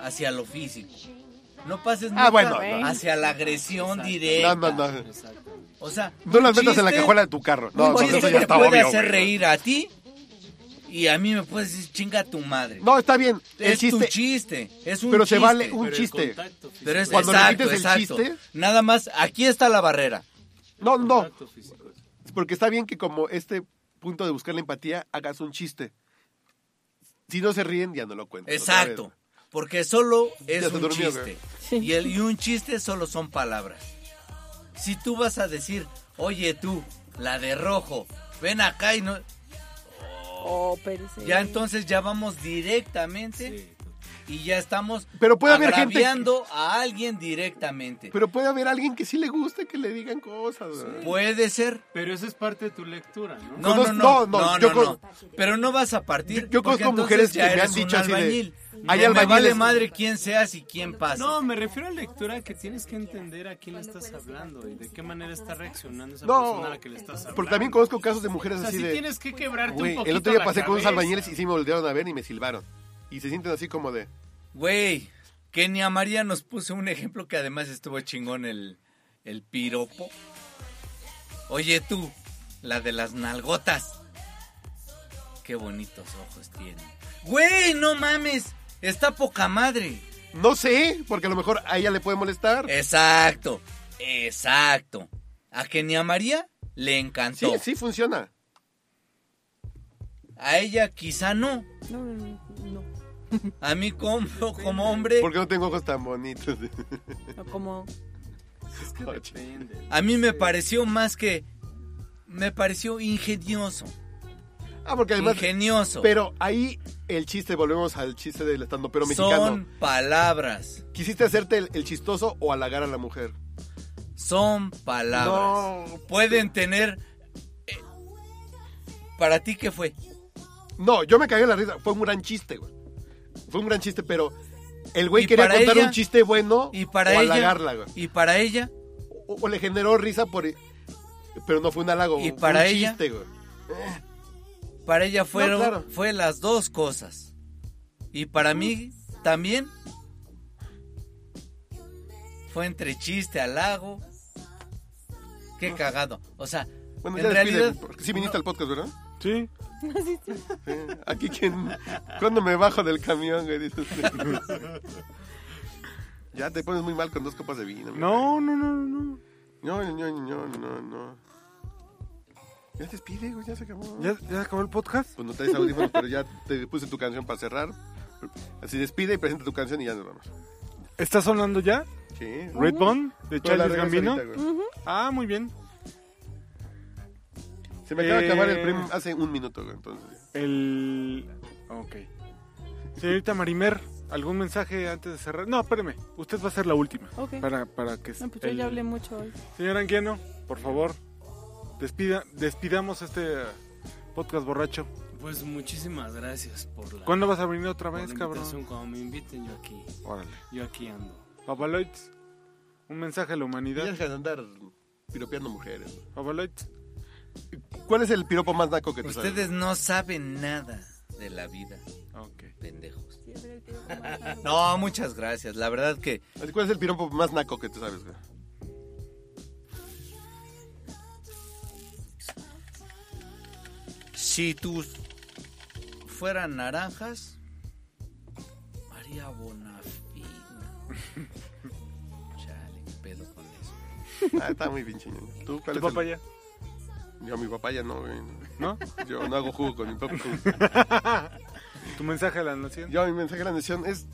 hacia lo físico. No pases nunca Ah, bueno, no. hacia la agresión No, directa. no, no. O sea, No un las metas en la chiste- cajuela de tu carro. No, un no, chiste eso ya te está puede obvio, hacer güey. reír a ti Y a mí me puedes decir, chinga tu madre. No, está bien. El es tu chiste. chiste. Es un Pero se chiste. vale un Pero el chiste. contacto físico Pero es Cuando exacto, repites el exacto. chiste- Nada más, aquí está la barrera. No, no. contacto físico. Porque está bien que como este punto de buscar la empatía, hagas un chiste. Si no se ríen, ya no lo cuentas. otra vez. Exacto. Porque solo es Ya se un durmió, chiste. Sí. Y, el, y un chiste solo son palabras. Si tú vas a decir, oye tú, la de rojo, ven acá y no... Oh, pero sí. Ya entonces ya vamos directamente Sí. y ya estamos Pero puede haber gente que- agraviando a alguien directamente. Pero puede haber alguien que sí le guste que le digan cosas. ¿verdad? Puede ser. Pero eso es parte de tu lectura, No, ¿no? no, Conozco- no, no, no, no, yo no. con- Pero no vas a partir. Yo- yo porque conozco mujeres entonces ya que me eres han dicho un así de, albañil. "Hay Que me albañiles". vale madre quién seas y quién pasa. No, me refiero a lectura que tienes que entender a quién le estás hablando y de qué manera está reaccionando esa No, persona a la que le estás hablando. Porque también conozco casos de o mujeres sea, así sí de... tienes que quebrarte Güey, un poquito el otro día la pasé con unos cabeza. albañiles y sí me voltearon a ver y me silbaron. Y se sienten así como de... Güey, Kenia María nos puso un ejemplo que además estuvo chingón el, el piropo. Oye tú, la de las nalgotas. Qué bonitos ojos tiene. Güey, no mames. Está poca madre. No sé, porque a lo mejor a ella le puede molestar. Exacto, exacto. A Kenia María le sí, encantó. sí funciona. A ella quizá no. No, no, no, A mí como, como hombre, Porque no tengo ojos tan bonitos. <laughs> no, como... <laughs> Es que depende. a mí me pareció más que... Me pareció ingenioso. ah, porque además... Ingenioso. Pero ahí el chiste, volvemos al chiste del estando pero mexicano. Son palabras. ¿Quisiste hacerte el, el chistoso o halagar a la mujer? Son palabras. No, Pueden tener... eh, ¿Para ti qué fue? no, yo me cagué en la risa. Fue un gran chiste, güey. Fue un gran chiste, pero el güey Y quería para contar ella- un chiste bueno Y para o ella... halagarla, güey. Y para ella... O, o le generó risa por... Pero no fue un halago, Y fue para un ella- chiste, güey. Para ella fueron, claro. fue las dos cosas. Y para mí también fue entre chiste, halago. Qué cagado. O sea, Bueno, en ya despídeme, realidad... porque sí viniste al podcast, ¿verdad? Sí. Sí, sí. Sí. Aquí quien... ¿Cuándo me bajo del camión, güey? Dices, ya te pones muy mal con dos copas de vino. güey. No, no, no, no. No, no, no, no, no. Ya te despide, güey, ya se acabó. ¿Ya, ya acabó el podcast? Pues no traes audífonos, pero ya te puse tu canción para cerrar. Así despide y presenta tu canción y ya nos vamos. ¿Está sonando ya? Sí. Red Bone de Pero la Charles reglas Gambino. ahorita, güey. Ah, muy bien. Se me acaba de Eh. acabar el premio hace un minuto, güey, entonces. El. Ok. Señorita Marimer, ¿algún mensaje antes de cerrar? No, espéreme. Usted va a ser la última. Ok. Para, para que. No, pues yo el- ya hablé mucho hoy. Señor Anguiano, por favor, despida, despidamos este eh, podcast borracho. Pues muchísimas gracias por la, ¿Cuándo vas a venir otra por la vez, Pues, cabrón? invitación. Cuando me inviten yo aquí, Órale. yo aquí ando. Papaloids, un mensaje a la Ya humanidad. dejan de andar piropeando mujeres. güey. Papaloids, ¿Cuál es el piropo más naco que te sabes? Ustedes no saben nada de la vida, ok. pendejos. No, muchas gracias. La verdad que Así, ¿Cuál es el piropo más naco que tú sabes, güey? si tus fueran naranjas, <laughs> María Bonafina. Chale, qué pedo con eso. Ah, está muy bien chingón. ¿Tú cuál ¿Tu es el- papaya? Yo, mi papaya no, güey. ¿No? no. Yo no hago jugo con mi papá. ¿Tu mensaje a la nación? Yo, mi mensaje a la nación es...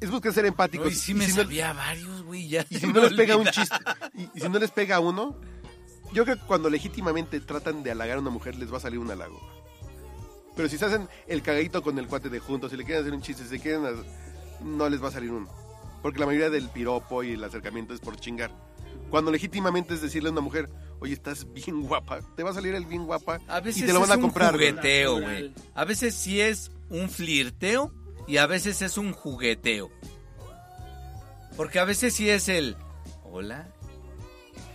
Es buscar ser empáticos. Uy, sí me si no- sabía varios, güey, ya. <laughs> Y se si me no les pega un olvida. chiste, y, y si no les pega a uno, yo creo que cuando legítimamente tratan de halagar a una mujer les va a salir un halago. Pero si se hacen el cagadito con el cuate de juntos, si le quieren hacer un chiste, si le quieren hacer- no les va a salir uno. Porque la mayoría del piropo y el acercamiento es por chingar. Cuando legítimamente es decirle a una mujer, oye, estás bien guapa, te va a salir el bien guapa A veces y te lo van es a un comprar. güey. jugueteo, güey. Natural. A veces sí es un flirteo y a veces es un jugueteo. Porque a veces sí es el hola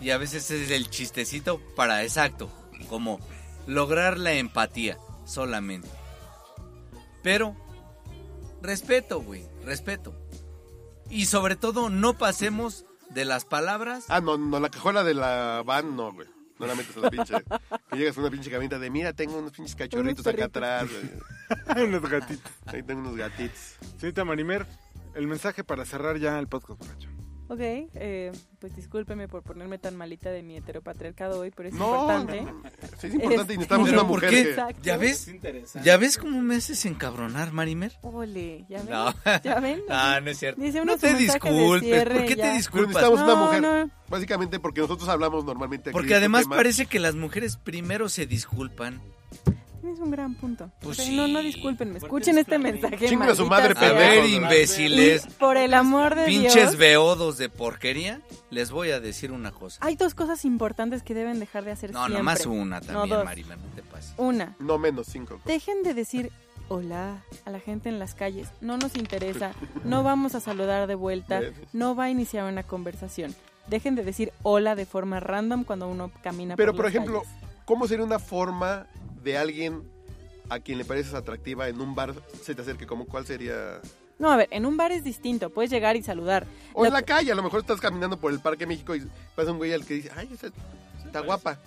y a veces es el chistecito para exacto, como lograr la empatía solamente. Pero respeto, güey, respeto. Y sobre todo no pasemos de las palabras Ah, no, no, la cajuela de la van, no, güey. No la metes a la pinche. Que llegas a una pinche camioneta de, mira, tengo unos pinches cachorritos acá atrás. eh, <laughs> Unos gatitos. Ahí tengo unos gatitos. Señorita Marimer, el mensaje para cerrar ya el podcast, borracho. Ok, eh, pues discúlpeme por ponerme tan malita de mi heteropatriarcado hoy, pero es No, importante. no, no, sí es importante y Es- necesitamos Pero una ¿por mujer qué? que... Exacto. ¿Ya ves? interesante. ¿Ya ves cómo me haces encabronar, Marimer? Ole, ¿ya ven? No. <laughs> ¿Ya ven? Ah, no es cierto. Dice uno No su te mensaje de disculpes. cierre ¿Por qué ya. te Pero disculpas? necesitamos una No, mujer. no. Básicamente porque nosotros hablamos normalmente aquí Porque de este además tema. parece que las mujeres primero se disculpan. Tienes un gran punto. Pues O sea, No, no sí. disculpenme, Porque escuchen es este flamenco. mensaje. Chingue a su maldita madre, A sea. ver, Pendejos, Y imbéciles, por el amor de pinches Dios, beodos de porquería, les voy a decir una cosa. hay dos cosas importantes que deben dejar de hacer No, siempre. nomás una también, dos. Marimer, no te pases. Una, No menos cinco. dejen de decir hola a la gente en las calles. No nos interesa, no vamos a saludar de vuelta, no va a iniciar una conversación. Dejen de decir hola de forma random cuando uno camina Pero, por, por las ejemplo, calles. ¿cómo sería una forma de alguien a quien le pareces atractiva en un bar se te acerque? Como, ¿Cuál sería...? No, a ver, en un bar es distinto, puedes llegar y saludar. O en Lo- la calle, a lo mejor estás caminando por el Parque México y pasa un güey al que dice, ay, esa está guapa.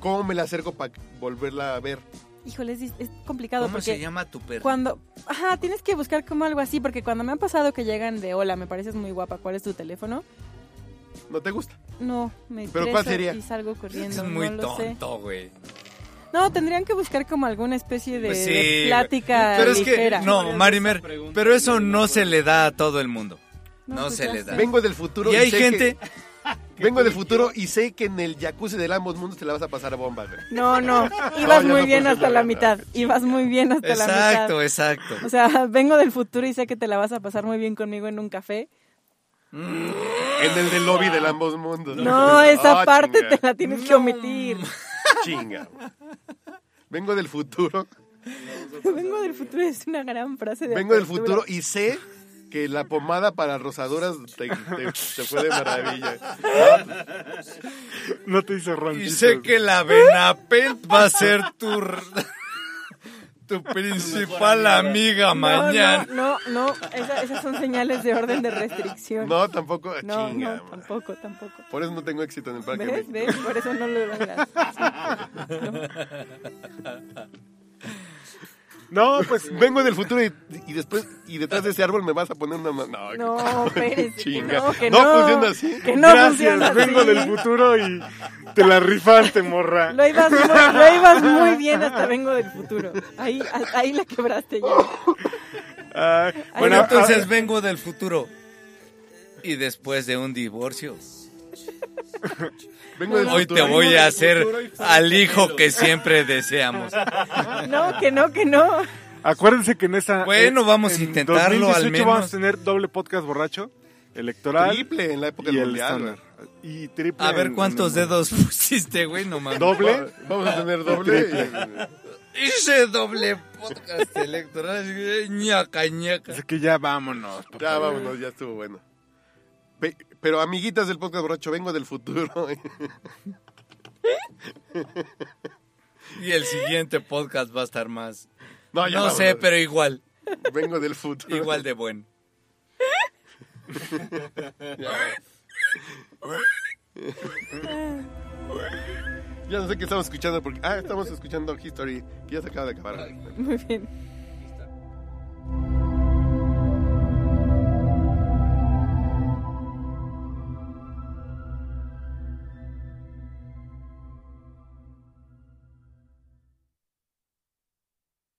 ¿Cómo me la acerco para volverla a ver? Híjole, es, dis- es complicado ¿Cómo porque... se llama tu perro? Cuando, ajá, tienes que buscar como algo así, porque cuando me han pasado que llegan de hola, me pareces muy guapa, ¿cuál es tu teléfono? ¿No te gusta? No, me ¿Pero estreso cuál sería? y salgo Este corriendo, es muy no lo sé. tonto, güey. No, tendrían que buscar como alguna especie de, Pues sí, de güey. plática Pero es que, ligera. no, Marimer, pero eso no se le da a todo el mundo. No, No pues se ya les da. sé. Vengo del futuro Y hay sé gente, que- vengo del futuro y sé que en el jacuzzi del ambos mundos te la vas a pasar a bomba, güey. No, no, No, ibas ya muy no bien puedo hasta la llegar, mitad, ibas muy bien hasta la mitad. exacto, exacto. O sea, <laughs> vengo del futuro y sé que te la vas a pasar muy bien conmigo en un café. En el del lobby del ambos mundos. No, esa Ah, parte chinga, te la tienes que omitir. Chinga. Vengo del <laughs> futuro. Vengo del futuro es una gran frase de Vengo del apertura. futuro y sé que la pomada para rosaduras te, te- te fue de <laughs> maravilla. No te hice ronchito. Y sé que la Benapel va a ser tu, <laughs> tu principal amiga mañana. No, no, no, esa- esas son señales de orden de restricción. No, tampoco. ah, no, chinga, no, man. tampoco, tampoco. Por eso no tengo éxito en el parque. ¿Ves? México. ¿Ves? Por eso no lo logras. No, <laughs> pues Vengo del futuro y, y después y detrás de ese árbol me vas a poner una mano. No, Pérez. que Chinga. No, que No no, funciona así. Que no funciona gracias. así. Vengo del futuro y te la rifaste, morra. Lo ibas, muy, lo ibas muy bien hasta vengo del futuro. Ahí, a- ahí la quebraste ya. Ah, Bueno, a- entonces vengo del futuro. Y después de un divorcio, Vengo del hoy te futuro. voy a hacer al hijo que siempre deseamos. No, que no, que no. Acuérdense que en esa. Bueno, en- vamos a en intentarlo, al 2018 menos. vamos a tener doble podcast borracho, electoral Triple en la época y del el mundial. estándar. Y triple. A en- ver cuántos en- dedos <laughs> pusiste, güey, no mames. Doble. güey. Vamos a tener doble. Hice doble podcast electoral, así que, ñaca, ñaca. Así que ya vámonos. por Ya favor. vámonos, ya estuvo bueno. Pe- Pero amiguitas del podcast borracho, vengo del futuro. <laughs> Y el siguiente podcast va a estar más. No, ya No sé, vámonos. pero igual, Vengo del futuro. igual de bueno. Ya no sé qué estamos escuchando porque ah, estamos escuchando History que ya se acaba de acabar. Muy bien.